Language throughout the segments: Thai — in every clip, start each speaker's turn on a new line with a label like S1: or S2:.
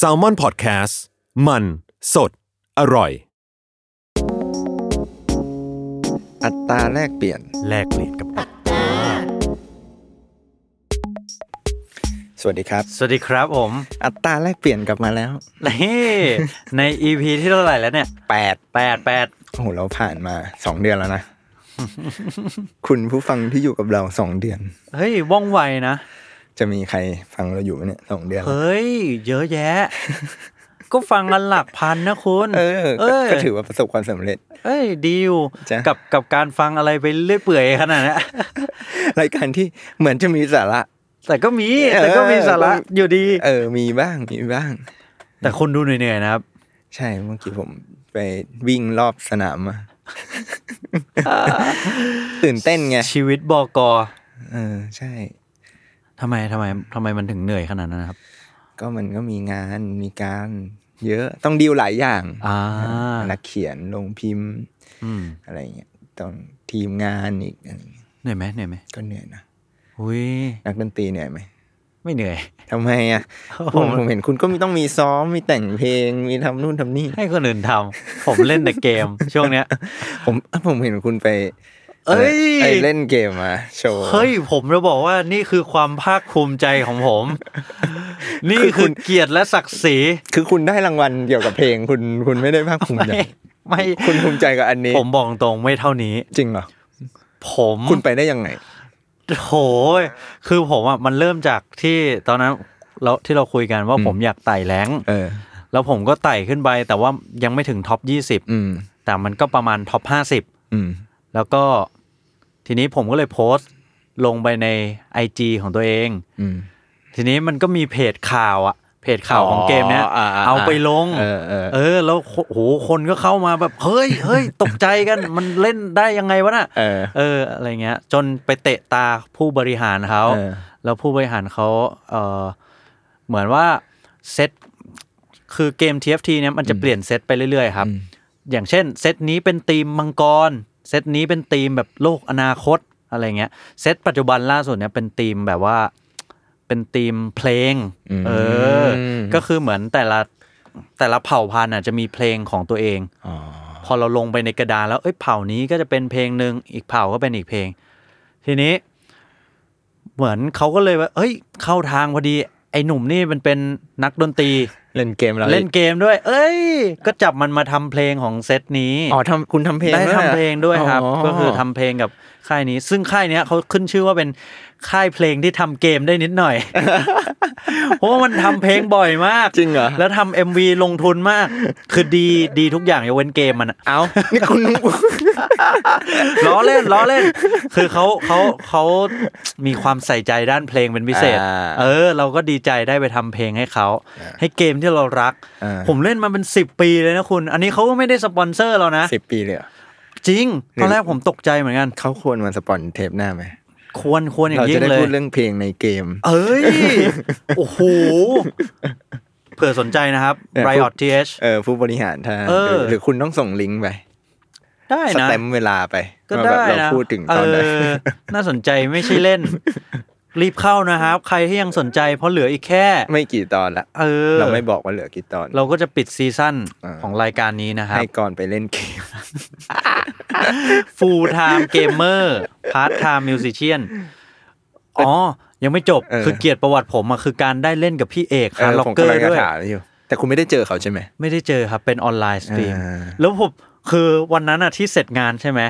S1: s a l m o n PODCAST มันสดอร่อย
S2: อัตราแลกเปลี่ยน
S1: แลกเปลี่ยนกับ
S2: สวัสดีครับ
S3: สวัสดีครับผม
S2: อัตราแลกเปลี่ยนกลับมาแล้ว
S3: นี่ ใน EP ที่เท่าไหร่แล้วเนี่ย
S2: 8
S3: แปดแปด
S2: โอ้โห เราผ่านมา 2 เดือนแล้วนะ คุณผู้ฟังที่อยู่กับเรา 2 เดือน
S3: เฮ้ย ว่องไวนะ
S2: จะมีใครฟังเราอยู่ไหมเนี่ยสองเดือน
S3: เฮ้ย เยอะแยะ ก็ฟังกันหลักพันนะคุณ
S2: เออ
S3: เอ
S2: ก็
S3: ย
S2: ก็ถือว่าประสบความสำเร็จ
S3: เอ้ย ดีอยู่
S2: จ้ะ
S3: กับกับการฟังอะไรไปเรื่อยเปื่อยขนาดเนี้ย
S2: รายการที่เหมือนจะมีสาระ
S3: แต่ก็มีแต่ก็มี
S2: เออ
S3: สาระ
S2: ก็
S3: อยู่ดี
S2: เออ มีบ้าง มีบ้าง
S3: แต่คนดูเหนื่อยๆนะครับ
S2: ใช่เมื่อกี้ผมไปวิ่งรอบสนามมา ตื่นเต้นไง
S3: ชีวิตบอกอ
S2: เออ ใช่
S3: ทำไมทำไมทำไมมันถึงเหนื่อยขนาดนั้นนะครับ
S2: ก็มันก็มีงานมีการ เยอะต้องดีลหลายอย่าง
S3: อ่า
S2: นักเขียนลงพิมพ์
S3: อืม
S2: อะไรเงี้ยตอนทีมงานอีกอะไรเงี้ย
S3: เหนื่อยไหมเหนื่อยไหม
S2: ก็เหนื่อยนะ
S3: อุ้ย
S2: นักดนตรีเหนื่อยไหม
S3: ไม่เหนื่อย
S2: ทำไมอ่ะผมผมเห็นคุณก็มีต้องมีซ้อมมีแต่งเพลงมีทำนู่นทำนี่
S3: ให้คนอื่นทำ ผมเล่นแต่เกม ช่วงเนี้ย
S2: ผมอ่ะผมเห็นคุณไป
S3: เอ้ย
S2: ไปเล่นเกมมาโชว์
S3: เฮ้ย ผมจะบอกว่านี่คือความภาคภูมิใจของผม นี่คือเกียรติและศักดิ์ศรี
S2: คือคุณได้รางวัลเกี่ยวกับเพลงคุณคุณไม่ได้ภาคภูมิใจ
S3: ไม่ไม่
S2: คุณภูมิใจกับอันนี้
S3: ผมบอกตรงไม่เท่านี้
S2: จริงเหรอ
S3: ผม
S2: คุณไปได้ยังไง
S3: โหยคือผมอ่ะมันเริ่มจากที่ตอนนั้นเราที่เราคุยกันว่า
S2: อืม
S3: ผมอยากไต่แรงค์
S2: เออ
S3: แล้วผมก็ไต่ขึ้นไป แต่ว่ายังไม่ถึงท็อป 20
S2: อืม
S3: แต่มันก็ประมาณท็อป 50
S2: อืม
S3: แล้วก็ทีนี้ผมก็เลยโพสต์ลงไปใน IG ของตัวเอง
S2: อืม
S3: ทีนี้มันก็มีเพจข่าวอะเพจข่าวของเกมเนี้ยเอาไปลง
S2: เออเออ
S3: เออ แล้วโหโหคนก็เข้ามาแบบ เฮ้ยเฮ้ยตกใจกัน มันเล่นได้ยังไงวะน่ะ
S2: เออ
S3: เอออะไรเงี้ย จนไปเตะตาผู้บริหารเขา
S2: เออ
S3: แล้วผู้บริหารเขาเออเหมือนว่าเซตคือเกม TFT เนี้ยมันจะเปลี่ยนเซตไปเรื่อยๆครับ อย่างเช่นเซตนี้เป็นธีมมังกร เซตนี้เป็นธีมแบบโลกอนาคตอะไรเงี้ยเซตปัจจุบันล่าสุดเนี่ยเป็นธีมแบบว่า เป็นธีมเพลง
S2: อืม
S3: เออ ก็คือเหมือนแต่ละแต่ละเผ่าพันธุ์อ่ะจะมีเพลงของตัวเอง
S2: อ๋อ
S3: พอเราลงไปในกระดานแล้วเอ้ยเผ่านี้ก็จะเป็นเพลงหนึ่งอีกเผ่าก็เป็นอีกเพลง ทีนี้ เหมือนเขาก็เลยว่าเอ้ย เข้าทางพอดี ไอ้หนุ่มนี่มันเป็นนักดนตรี
S2: เล่นเกมเรา
S3: เล่น
S2: อีก
S3: เกมด้วย เอ้ย ก็จับมันมาทำเพลงของเซตนี้
S2: อ๋อทำคุณทำเพลง
S3: ได้
S2: วย
S3: ทำ
S2: หรอ
S3: เพลงด้วยครับ
S2: อ๋
S3: ก็คือทำเพลงกับค่ายนี้ ซึ่งค่ายเนี้ยเขาขึ้นชื่อว่าเป็นค่ายเพลงที่ทำเกมได้นิดห น่อย เพราะว่ามันทำเพลงบ่อยมาก
S2: จริงเหรอ
S3: แล้วทำ MV ลงทุนมาก คือดีดีทุกอย่างยกเว้นเกมมันอะ
S2: เอานี่คุณ
S3: ล้อเล่นล้อเล่น คือเขาเขาเขามีความใส่ใจด้านเพลงเป็นพิเศษ
S2: อ่า
S3: เออ เราก็ดีใจได้ไปทำเพลงให้เขา ให้เกมที่เรารัก
S2: อ่า
S3: ผมเล่นมาเป็นสิบปีเลยนะคุณ อันนี้เขาก็ไม่ได้สปอนเซอร์เรานะ
S2: สิบปีเลยเห รอ
S3: จริง
S2: หรือ
S3: ตอนแรกผมตกใจเหมือนกัน
S2: เขาควรมาสปอนเทปหน้าไหม
S3: ควรควรอย่า
S2: เรา
S3: งยิ่
S2: จะ
S3: ง
S2: ได้
S3: เล
S2: พู
S3: ย
S2: ดเรื่องเพลงในเกม
S3: เอ้ย โอ้โห เผื่อสนใจนะครับ
S2: เนี่ย
S3: Riot TH
S2: เออผู้บริหารท่าน
S3: เอ
S2: ห
S3: อ
S2: รือหรือคุณต้องส่งลิงก์ไป
S3: ได้
S2: ส
S3: นะ
S2: แตมป์เวลาไป
S3: ก็
S2: ว่า
S3: ได้
S2: แบบเรา
S3: นะ
S2: พูดถึงตอนไหน
S3: เอน่าสนใจไม่ใช่เล่น รีบเข้านะครับ ใครที่ยังสนใจเพราะเหลืออีกแค่
S2: ไม่กี่ตอนละ
S3: เออ
S2: เราไม่บอกว่าเหลือกี่ตอน
S3: เราก็จะปิดซีซั่น
S2: เออ
S3: ของรายการนี้นะครับ
S2: ให้ก่อนไปเล่นเกม
S3: Full Time Gamer Part Time Musician อ๋อ ยังไม่จบ
S2: เออ
S3: คือเกียรติประวัติผมอะคือการได้เล่นกับพี่เอกฮาร์ล็อ
S2: ผม
S3: กเกอร์
S2: จะ
S3: ด้วย
S2: ถามอยู่ แต่คุณไม่ได้เจอเขาใช่ไหม
S3: ไม่ได้เจอครับ เป็นออนไลน์สตรีม
S2: อ่า
S3: แล้วผมคือวันนั้นอะที่เสร็จงานใช่ไหม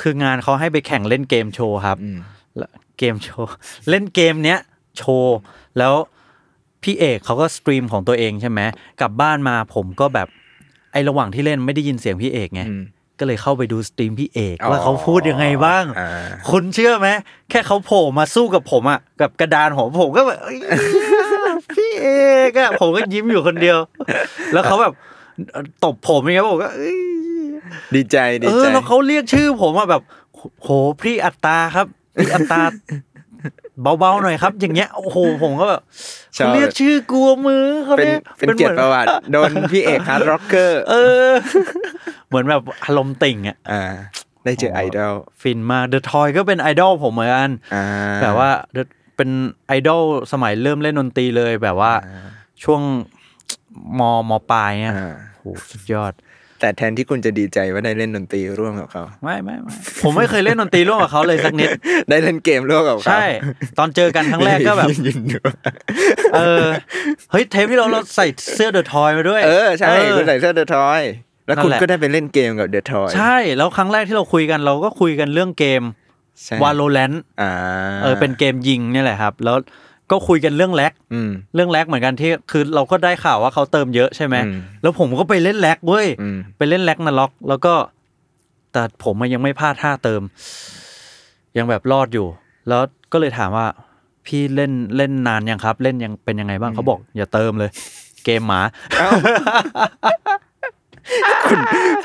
S3: คืองานเขาให้ไปแข่งเล่นเกมโชว์ครับ
S2: อืม
S3: แล้วเกมโชว์ เล่นเกมเนี้ยโชว์แล้วพี่เอกเขาก็สตรีมของตัวเองใช่ไหมกลับบ้านมาผมก็แบบไอระหว่างที่เล่นไม่ได้ยินเสียงพี่เอกไง
S2: อืม
S3: ก็เลยเข้าไปดูสตรีมพี่เอก
S2: อ๋อ
S3: ว่าเขาพูดยังไงบ้าง
S2: อ่า
S3: คุณเชื่อไหมแค่เขาโผล่มาสู้กับผมอ่ะกับกระดานผมผมก็แบบเอ้ยพี่ ยผมก็ยิ้มอยู่คนเดียว แล้วเขาแบบตบผมอย่างเงี้ยผมก็เอ้ย
S2: ดีใจดี
S3: เออ
S2: ใจ
S3: แล้วเขาเรียกชื่อผมอะแบบโหพี่อัตตาครับพี่อัตตาเบาๆหน่อยครับ อย่างเงี้ยโอ้โหผมก็แบบเขาเรียกชื่อกูมือเขา
S2: เป็น
S3: เรียก
S2: เป็นเกียรติประวัติ โดนพี่เอกฮาร์ดร็อกเกอร์
S3: เออ เหมือนแบบอารมณ์ติ่งอะ
S2: ่า ได้เจอ
S3: โอ้
S2: ไอดอล
S3: ฟินมากเดอะทอยก็เป็นไอดอลผมเหมือนกัน
S2: อ่า
S3: แบบว่าเป็นไอดอลสมัยเริ่มเล่นดนตรีเลยแบบว่าช่วงมมปลายเนี่ย
S2: อ่า
S3: โหสุดยอด
S2: แต่แทนที่คุณจะดีใจว่าได้เล่นดนตรีร่วมกับเขา
S3: ไม่ไม่ไม่ ผมไม่เคยเล่นดนตรีร่วมกับเขาเลยสักนิด
S2: ได้เล่นเกมร่วมกับเขา
S3: ใช่ ตอนเจอกันครั้งแรก ก็แบบ
S2: ยินดีด้วย
S3: เออ เฮ้ย เทปที่เราเราใส่เสื้อเดอะทอยมาด้วย
S2: เออ ใช่
S3: เ
S2: คุณใส่เสื้อเดอะทอย แล้วคุณ
S3: นั่นแหละ
S2: ก็ได้ไปเล่นเกมกับเดอะทอย
S3: ใช่ แล้วครั้งแรกที่เราคุยกันเราก็คุยกันเรื่องเกม วาโลแรนต์
S2: อ่า
S3: เออเป็นเกมยิงเนี่ยแหละครับ แล้วก็คุยกันเรื่องแล็ก
S2: อืม
S3: เรื่องแลกเหมือนกันที่คือเราก็ได้ข่าวว่าเขาเติมเยอะใช่ไหม
S2: อืม
S3: แล้วผมก็ไปเล่นแลกเว้ย
S2: อืม
S3: ไปเล่นแลกนาล็อก แล้วก็แต่ผมมันยังไม่พลาดท่าเติม ยังแบบรอดอยู่ แล้วก็เลยถามว่า พี่เล่นเล่นนานยังครับ เล่นยังเป็นยังไงบ้างเขาบอก อย่าเติมเลย เกมหมา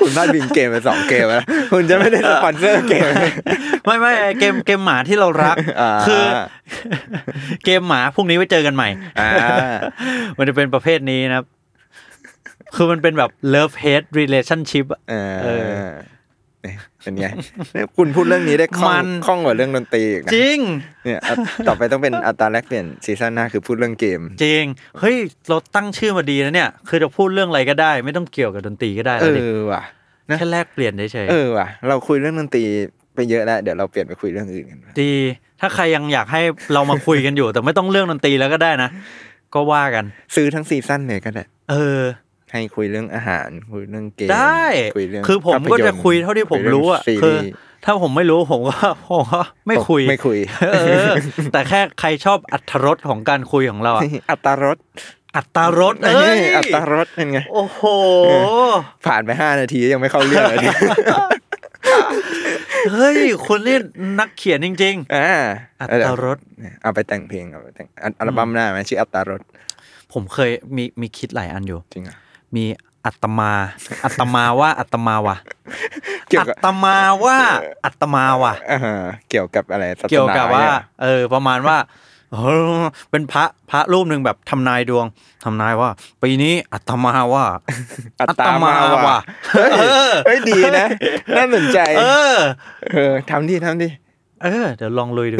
S2: คุณพลาดบินเกมไปสองเกมแล้ว คุณจะไม่ได้สปอนเซอร์เกม
S3: ไม่ไม่เกมเกมหมาที่เรารัก
S2: อ่า
S3: คือ เกมหมาพรุ่งนี้ไว้เจอกันใหม่
S2: อ่า
S3: มันจะเป็นประเภทนี้นะครับ คือมันเป็นแบบ love hate relationship อะ
S2: เอ
S3: เอ
S2: อเนี่ยเป็นไงเนี่ยคุณพูดเรื่องนี้ได้คล่
S3: มั
S2: อง
S3: น
S2: คล่องกว่าเรื่องดนตรีอีกนะ
S3: จริง
S2: เนี่ยอ่ะ ต่อไปต้องเป็นอัตราแลกเปลี่ยนซีซั่นหน้าคือพูดเรื่องเกม
S3: จริง เฮ้ย เราตั้งชื่อมาดีนะเนี่ย คือจะพูดเรื่องอะไรก็ได้ ไม่ต้องเกี่ยวกับดนตรีก็ได้
S2: เอ
S3: แล้วดิ
S2: อว่ะ นะ
S3: แค่แลกเปลี่ยนเฉย
S2: เออว่ะ เราคุยเรื่องดนตรีไปเยอะแล้ว เดี๋ยวเราเปลี่ยนไปคุยเรื่องอื่นกัน
S3: ๆดี ถ้าใครยังอยากให้เรามาคุยกันอยู่ แต่ไม่ต้องเรื่องดนตรีแล้วก็ได้นะ ก็ว่ากัน
S2: ซื้อทั้งซีซั่นเลยก็ได้
S3: เออ
S2: ให้คุยเรื่องอาหารคุยเรื่องเกม
S3: ได้
S2: คุยเรื่อง
S3: คือผมก็จะ
S2: ภพนต
S3: คุยเท่าที่ผมรู้อะ
S2: คุย
S3: คื
S2: เรื่ง
S3: อ
S2: ซีรีส์
S3: ถ้าผมไม่รู้ผมก็ ผมก็ไม่คุย
S2: ไม่คุย
S3: เออ แต่แค่ใครชอบอัตรสของการคุยของเราอะ
S2: อัตรารส
S3: อัตรสเอ้ย
S2: อัตรารสเป็นไง
S3: โอ้โห
S2: ผ่านไปห้านาทียังไม่เข้าเรื่องเลย เนี่ย
S3: เฮ้ยคุณนี่นักเขียนจริง
S2: อ่า
S3: ๆ อัตรส
S2: เอาไปแต่งเพลงเอาไปแต่งอัลอัลบั้มหน้าไหมชื่ออัตรารส
S3: ผมเคยมีมีคิดหลายอันอยู่
S2: จริงเหรอ่ะ
S3: มีอัตมา อัตมาว่าอัตมาวะ
S2: เกี่ยว
S3: อั
S2: กับ
S3: ตมาว่าอัตมาวะ
S2: อ่าเกี่ยวกับอะไรศาสนา
S3: เกี่ยวกับว่า
S2: เนี่ย
S3: เออ ประมาณ ว่าเออเป็นพระพระรูปหนึ่งแบบทำนายดวงทำนายว่าปีนี้อัตมา ว่า
S2: อัตมาว่ะ
S3: เออ
S2: เฮ้ยดีนะน่าสนใจ
S3: เออ
S2: เออทำดิทำดิ
S3: เออ เดี๋ยวลองลุย ดู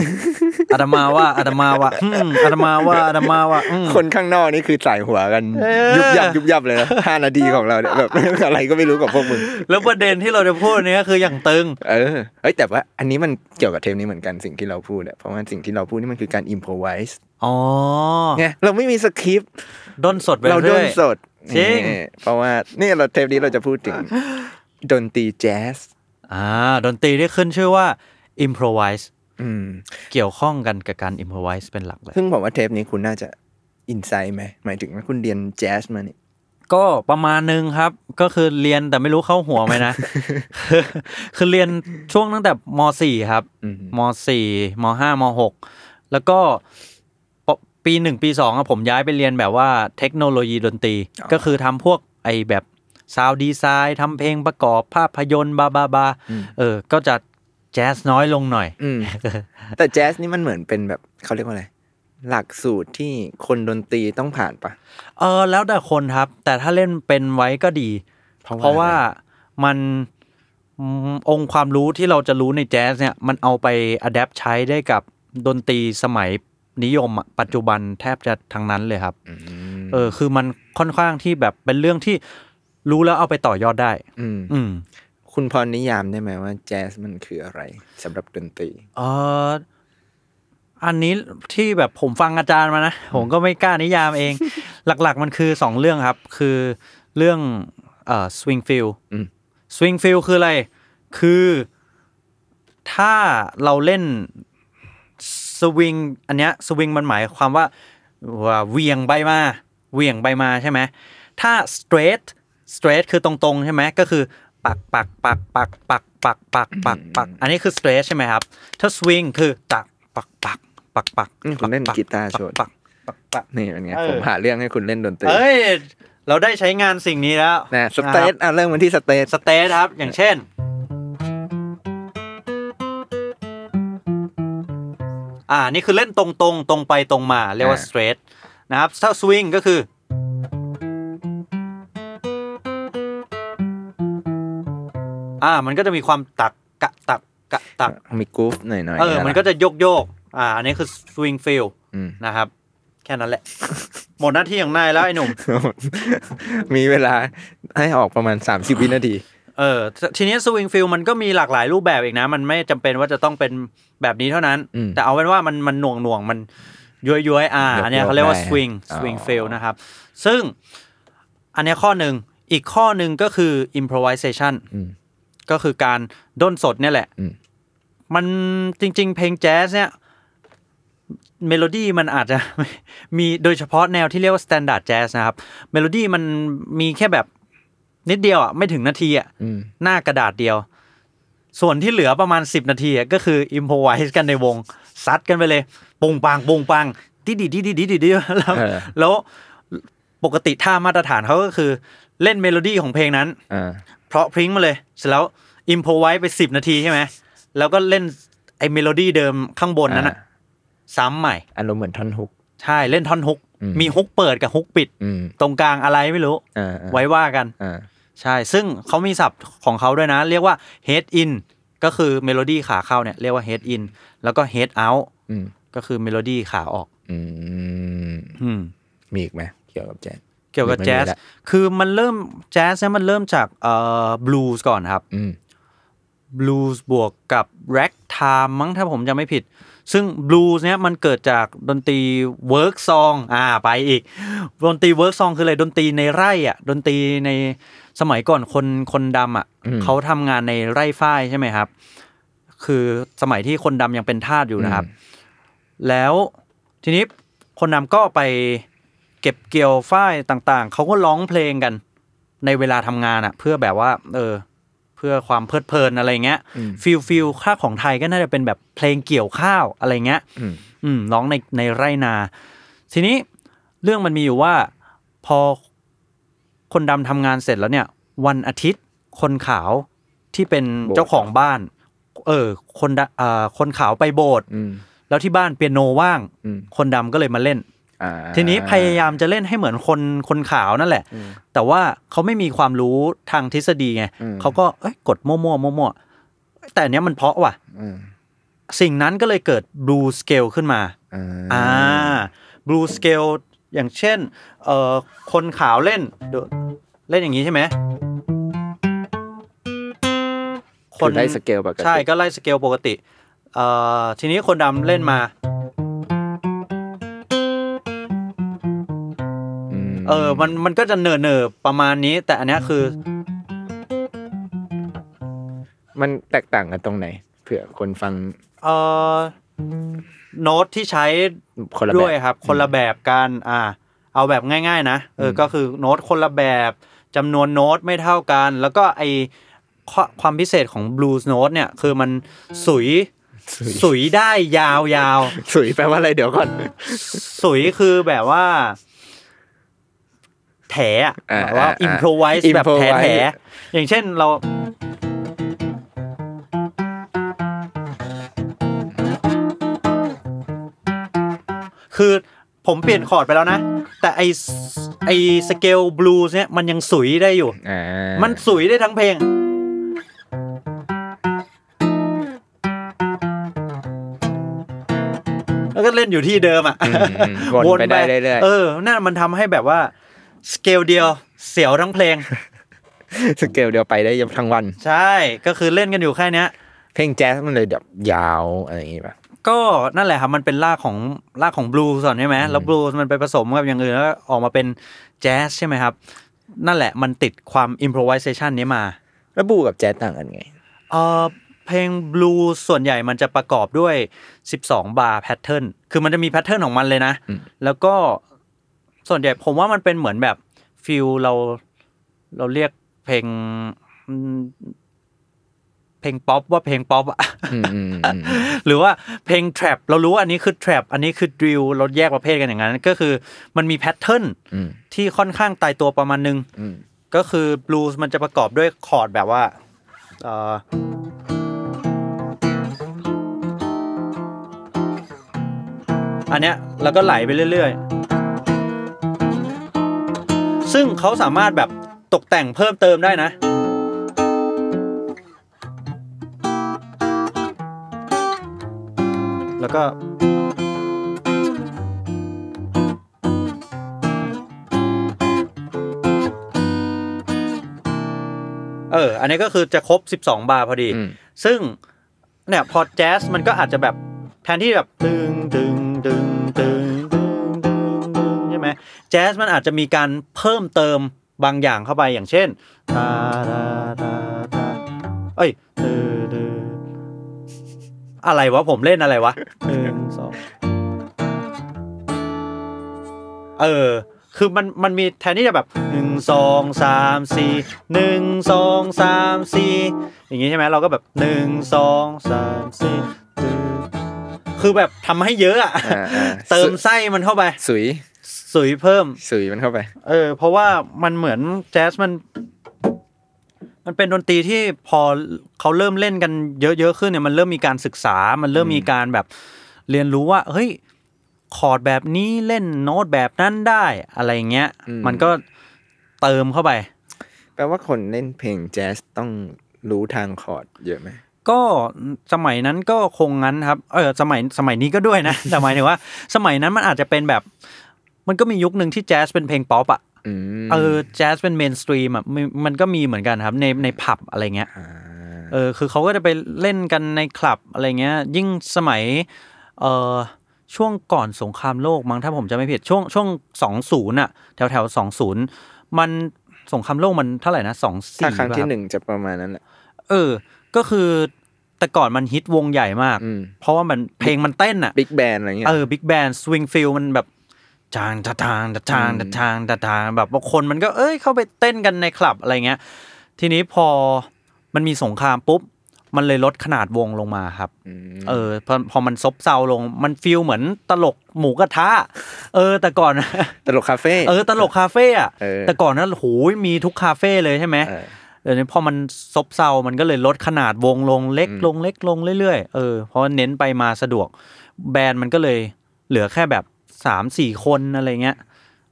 S3: อัตมาว่าอัตมาว่าอืมอัตมาว่าอัตมาว่าอืม
S2: คนข้างนอกนี่คือสายหัวกัน
S3: อ
S2: ยุบยับยุบยับเลยนะห้านาทีของเรา เนี่ยแบบ อะไรก็ไม่รู้กับพวกมึง
S3: แล้วประเด็นที่เราจะพูดเนี้ยคืออย่างตึง
S2: เออเฮ้ยแต่ว่าอันนี้มันเกี่ยวกับเทปนี้เหมือนกันสิ่งที่เราพูดเนี่ยเพราะว่าสิ่งที่เราพูดนี่มันคือการอิมพอไวส์
S3: อ๋อ
S2: ไงเราไม่มีสคริปต์
S3: ด้นสดไป
S2: เราโด
S3: รื่
S2: น
S3: อย
S2: สด
S3: จริง
S2: นี่เพราะว่านี่เราเทปนี้เราจะพูดถึง ดนตรีแจ๊ส
S3: อ่าดนตรีที่ขึ้นชื่อว่า improvise
S2: อืม
S3: เกี่ยวข้องกันกับการ improvise เป็นหลักเลย
S2: ซึ่งผมว่าเทปนี้คุณน่าจะอินไซด์ไหมหมายถึงว่าคุณเรียนแจ๊สมานี่
S3: ก็ประมาณนึงครับ ก็คือเรียนแต่ไม่รู้เข้าหัวไหมนะ คือเรียนช่วงตั้งแต่ม .4 ครับ
S2: อืม
S3: ม .4 ม .5 ม .6 แล้วก็ปปีหนึ่งปีสองอะผมย้ายไปเรียนแบบว่าเทคโนโลยีดนตรี ก็คือทำพวกไอแบบซาวดีไซน์ทำเพลงประกอบภาพยนตร์บาบาบาเออ ก็จะแจ๊สน้อยลงหน่อย
S2: อืม แต่แจ๊สนี่มันเหมือนเป็นแบบเขาเรียกว่าอะไร หลักสูตรที่คนดนตรีต้องผ่านปะ
S3: เออแล้วแต่คนครับ แต่ถ้าเล่นเป็นไว้ก็ดี
S2: เพราะว่า
S3: เพราะว่ามันอืมองค์ความรู้ที่เราจะรู้ในแจ๊สเนี่ย มันเอาไปอัดแอปใช้ได้กับดนตรีสมัยนิยมอะปัจจุบันแทบจะทั้งนั้นเลยครับ เออ คือมันค่อนข้างที่แบบเป็นเรื่องที่รู้แล้วเอาไปต่อยอดได้
S2: อืม
S3: อืม
S2: คุณพรนิยามได้ไหมว่าแจ๊สมันคืออะไรสำหรับดนตรี
S3: เอออันนี้ที่แบบผมฟังอาจารย์มานะ ผมก็ไม่กล้านิยามเอง หลักๆมันคือสองเรื่องครับ คือเรื่องเอ่อสวิงฟิล
S2: อืม
S3: สวิงฟิลคืออะไร คือถ้าเราเล่นสวิงอันเนี้ยสวิงมันหมายความว่าว่าเหวียงใบมาเหวียงใบมาใช่ไหมถ้าสเตรทสเตรทคือตรงๆใช่ไหมก็คือปักปักปักปักปักปักปักปักปักอันนี้คือสเตรทใช่ไหมครับ ถ้าสวิงคือตักปักปักปักปัก
S2: อืมคุณเล่นกีตาร์โชว์
S3: ปักปักปัก อะ
S2: นี่เป็นไง
S3: เออ
S2: ผมหาเรื่องให้คุณเล่นดนตรี
S3: เอ้ย เราได้ใช้งานสิ่งนี้แล้ว
S2: นะสเตทอ่ะเริ่มวันที่สเตท
S3: สเตทครับ อย่างเช่น อ่า นี่คือเล่นตรงๆ ตรงไปตรงมา เรียกว่าสเตรทนะครับ ถ้าสวิงก็คือ อ่า มันก็จะมีความตักกะตักกะตัก
S2: มีกรูฟหน่อยๆน่อย
S3: เออ มันก็จะโยกโยกๆอ่า อันนี้คือสวิงฟิล
S2: อืม
S3: นะครับ แค่นั้นแหละ หมดหน้าที่ของนายแล้วไอ้หนุ่ม
S2: มีเวลาให้ออกประมาณ 30 วินาที
S3: เออททีนี้สวิงฟิลมันก็มีหลากหลายรูปแบบอีกนะ มันไม่จำเป็นว่าจะต้องเป็นแบบนี้เท่านั้น
S2: อืม
S3: แต่เอาเป็นว่ามันมันหน่วงหน่วงๆมันย้อยย้อยๆอ่า
S2: โยกๆ
S3: อันเนี้ยเขาเรียกว่า
S2: ได้
S3: สวิง
S2: อ๋อ
S3: สวิงฟิลนะครับ ซึ่งอันเนี้ยข้อหนึ่งอีกข้อหนึ่งก็คือ improvisation
S2: อืม
S3: ก็คือการด้นสดเนี่ยแหละ
S2: อืม
S3: มันจริง ๆ เพลงแจ๊สเนี่ย เมโลดี้มันอาจจะ มีโดยเฉพาะแนวที่เรียกว่าสแตนดาร์ดแจ๊สนะครับ เมโลดี้มันมีแค่แบบนิดเดียวอ่ะ ไม่ถึงนาทีอ่ะ
S2: อืม
S3: หน้ากระดาษเดียว ส่วนที่เหลือประมาณ 10 นาทีอะก็คืออิมพอไวส์กันในวง ซัดกันไปเลยปุงปังปุงปังดิดิดิดิดิดิดิแล้ว
S2: เออ
S3: แล้วปกติท่ามาตรฐานเขาก็คือเล่นเมโลดี้ของเพลงนั้น
S2: อ่า
S3: เพราะพริ้งมาเลย เสร็จแล้วอิมพอไวส์ไป 10 นาทีใช่ไหม แล้วก็เล่นไอ้เมโลดี้เดิมข้างบนนั้นอะ
S2: อ่
S3: ซ้ำใหม่
S2: อารมณ์เหมือนท่อนฮุก
S3: ใช่เล่นท่อนฮุก
S2: อืม
S3: มีฮุกเปิดกับฮุกปิด
S2: อืม
S3: ตรงกลางอะไรไม่รู้
S2: อ่าอ่า
S3: ไว้ว่ากัน
S2: อ่า
S3: ใช่ ซึ่งเขามีศัพท์ของเขาด้วยนะ เรียกว่า head in ก็คือเมโลดี้ขาเข้าเนี่ยเรียกว่า head in แล้วก็ head out
S2: อืม
S3: ก็คือเมโลดี้ขาออก
S2: อืม
S3: อืม
S2: มีอีกไหมเกี่ยวกับแจ๊ส
S3: เกี่ยวกับ
S2: ไม่มี
S3: แจ๊ส
S2: ละ
S3: คือมันเริ่มแจ๊สเนี่ยมันเริ่มจากเอ่อบลูส์ก่อนครับ
S2: อืม
S3: บลูส์บวกกับแร็กไทม์มั้งถ้าผมจำไม่ผิด ซึ่งบลูส์เนี่ยมันเกิดจากดนตรีเวิร์กซองอ่าไปอีก ดนตรีเวิร์กซองคืออะไรดนตรีในไร่อ่ะดนตรีในสมัยก่อนคนคนดำอ่ะ
S2: อืม
S3: เขาทำงานในไร่ฝ้ายใช่ไหมครับ คือสมัยที่คนดำยังเป็นทาสอยู่นะครับ แล้วทีนี้คนนำก็ไปเก็บเกี่ยวฝ้ายต่างๆ เขาก็ร้องเพลงกันในเวลาทำงานอะเพื่อแบบว่า เออ เพื่อความเพลิดเพลินอะไรเงี้ย
S2: อืม
S3: ฟิลฟิลค่าของไทยก็น่าจะเป็นแบบเพลงเกี่ยวข้าวอะไรเงี้ย
S2: อืม
S3: อืมร้องในในไร่นา ทีนี้เรื่องมันมีอยู่ว่า พอคนดำทำงานเสร็จแล้วเนี่ย วันอาทิตย์คนขาวที่เป็นเจ้าของบ้าน เออ คนดะเอ่อคนขาวไปโบสถ์
S2: อืม
S3: แล้วที่บ้านเปียโนว่าง
S2: อืม
S3: คนดำก็เลยมาเล่น
S2: อ่า
S3: ทีนี้พยายามจะเล่นให้เหมือนคนคนขาวนั่นแหละ
S2: อืม
S3: แต่ว่าเขาไม่มีความรู้ทางทฤษฎีไง
S2: อืม
S3: เขาก็เอ้ยกดมั่วๆมั่วๆแต่อันเนี้ยมันเพราะว่ะ
S2: อืม
S3: สิ่งนั้นก็เลยเกิดบลูสเกลขึ้นมา
S2: อ่า
S3: อ่าบลูสเกลอย่างเช่นเอ่อคนขาวเล่นเดี๋ยวเล่นอย่างนี้ใช่ไหม
S2: คนได้สเกลปกติ
S3: ใช่ก็ไล่สเกลปกติเอ่อทีนี้คนดำเล่นมา
S2: ม
S3: เออ มัน มันก็จะเนิเนอๆประมาณนี้ แต่อันเนี้ยคือ
S2: มันแตกต่างกันตรงไหนเผื่อคนฟัง
S3: เอ่อ โน้ตที่ใช้
S2: คนละแบ
S3: ด้วย
S2: บ
S3: ครับ คนละแบบกัน อ่า เอาแบบง่าย ๆ นะ เออ
S2: อืม
S3: ก็คือโน้ตคนละแบบจำนวนโน้ตไม่เท่ากัน แล้วก็ไอข้อความพิเศษของบลูส์โน้ตเนี่ย คือมันสุย
S2: สุย
S3: สุยได้ยาวยาวๆ
S2: สุยแปลว่าอะไรเดี๋ยวก่อน
S3: สุยคือแบบว่า แถอะ
S2: อ่า
S3: แบบว่า
S2: อ่า
S3: อิมพรไวส์
S2: อ่า
S3: แบบแถ
S2: improvise
S3: แถอย่างเช่นเรา คือผมเปลี่ยนคอร์ดไปแล้วนะ แต่ไอสไอสเกลบลูส์เนี่ยมันยังสุยได้อยู่
S2: อ่า
S3: มันสุยได้ทั้งเพลง แล้วก็เล่นอยู่ที่เดิมอ่ะ
S2: อืมอืมวนไปได้เรื่อยๆ
S3: เออ นั่นมันทำให้แบบว่า สเกลเดียวเสียวทั้งเพลง
S2: สเกลเดียวไปได้ยังทั้งวัน
S3: ใช่ ก็คือเล่นกันอยู่แค่เนี้ย
S2: เพลงแจ๊สมันเลยแบบยาวอะไรอย่างงี้ป่ะ
S3: ก็นั่นแหละครับ มันเป็นรากของรากของบลูส์ก่อนใช่ไหมแล้วบลูส์มันไปผสมกับอย่างอื่นแล้วออกมาเป็นแจ๊สใช่ไหมครับ นั่นแหละมันติดความอิมพรไวเซชันนี้มา
S2: แล้วบูกับแจ๊สต่างกันไง
S3: เอ่อเพลงบลูส์ส่วนใหญ่มันจะประกอบด้วย 12 บาร์แพทเทิร์น คือมันจะมีแพทเทิร์นของมันเลยนะ
S2: อืม
S3: แล้วก็ส่วนใหญ่ผมว่ามันเป็นเหมือนแบบฟิลเราเราเรียกเพลงอืม เพลงป๊อปว่าเพลงป๊อปอะ
S2: อืมอืมอืมอืม
S3: หรือว่าเพลง trap เรารู้ว่าอันนี้คือ trap อันนี้คือ drill เราแยกประเภทกันอย่างนั้น ก็คือมันมีแพทเทิร์น
S2: อืม
S3: ที่ค่อนข้างตายตัวประมาณนึง
S2: อืม
S3: ก็คือบลูส์มันจะประกอบด้วยคอร์ดแบบว่าเอ่ออันเนี้ยแล้วก็ไหลไปเรื่อยๆ ซึ่งเขาสามารถแบบตกแต่งเพิ่มเติมได้นะ แล้วก็ เออ อันนี้ก็คือจะครบ 12 บาร์พอดี
S2: อืม
S3: ซึ่งเนี่ยพอแจ๊สมันก็อาจจะแบบแทนที่แบบตึงตึงตึงตึงตึงตึงตึงใช่ไหมแจ๊สมันอาจจะมีการเพิ่มเติมบางอย่างเข้าไปอย่างเช่นตาตาตาตาเอ้ยตึงตึงอะไรวะผมเล่นอะไรวะหนึ่งสองเออ คือมันมันมีแทนที่จะแบบหนึ่งสองสามสี่หนึ่งสองสามสี่อย่างงี้ใช่ไหมเราก็แบบหนึ่งสองสามสี่ตึ๊ดคือแบบทำให้เยอะอะ
S2: อ่าอ่า
S3: เติมไส้มันเข้าไป
S2: สุย
S3: สุยเพิ่ม
S2: สุยมันเข้าไป
S3: เออเพราะว่ามันเหมือนแจ๊สมัน มันเป็นดนตรีที่พอเขาเริ่มเล่นกันเยอะๆขึ้นเนี่ยมันเริ่มมีการศึกษา มันเริ่มมีการแบบเรียนรู้ว่า เฮ้ยคอร์ดแบบนี้เล่นโน้ตแบบนั้นได้อะไรเงี้ย
S2: อืม
S3: มันก็เติมเข้าไป
S2: แปลว่าคนเล่นเพลงแจ๊สต้องรู้ทางคอร์ดเยอะไหม
S3: ก็สมัยนั้นก็คงงั้นครับ เออสมัยสมัยนี้ก็ด้วยนะ แต่หมายถึงว่า สมัยนั้นมันอาจจะเป็นแบบ มันก็มียุคหนึ่งที่แจ๊สเป็นเพลงป๊อปอะ
S2: อืม
S3: เออแจ๊สเป็นเมนสตรีมอ่ะมันมันก็มีเหมือนกันครับในในผับอะไรเงี้ย
S2: า
S3: เออคือเขาก็จะไปเล่นกันในคลับอะไรเงี้ย ยิ่งสมัยเออช่วงก่อนสงครามโลกมั้งถ้าผมจะไม่ผิดช่วงช่วงสองศูนย์อ่ะแถวแถวสองศูนย์มันสงครามโลกมันเท่าไหร่นะสองสี่
S2: ถ้าครั้งที่
S3: ป่ะ
S2: หนึ่งจะประมาณนั้นแหละ
S3: เออ ก็คือแต่ก่อนมันฮิตวงใหญ่มาก
S2: อืม
S3: เพราะว่ามันเพลงมันเต้นอ่ะ
S2: บิ๊กแบนอะไรเงี้ย
S3: เออบิ๊กแบนสวิงฟิลมันแบบจางตะทางตะทางตะทางตะทางแบบบางคนมันก็เอ้ยเข้าไปเต้นกันในคลับอะไรเงี้ย ทีนี้พอมันมีสงครามปุ๊บ มันเลยลดขนาดวงลงมาครับ เออพอพอมันซบเซาลงมันฟิลเหมือนตลกหมูกระทะเออ แต่ก่อน
S2: ตลกคาเฟ่
S3: เออตลกคาเฟ่อะ
S2: เออ
S3: แต่ก่อนนั้นโหยมีทุกคาเฟ่เลยใช่ไหม
S2: เออ
S3: เดี๋ยวนี้พอมันซบเซา มันก็เลยลดขนาดวงลงเล็ก
S2: อืม
S3: ลงเล็กลงเรื่อยๆ เออ เพราะเน้นไปมาสะดวก แบรนด์มันก็เลยเหลือแค่แบบสามสี่คนอะไรเงี้ย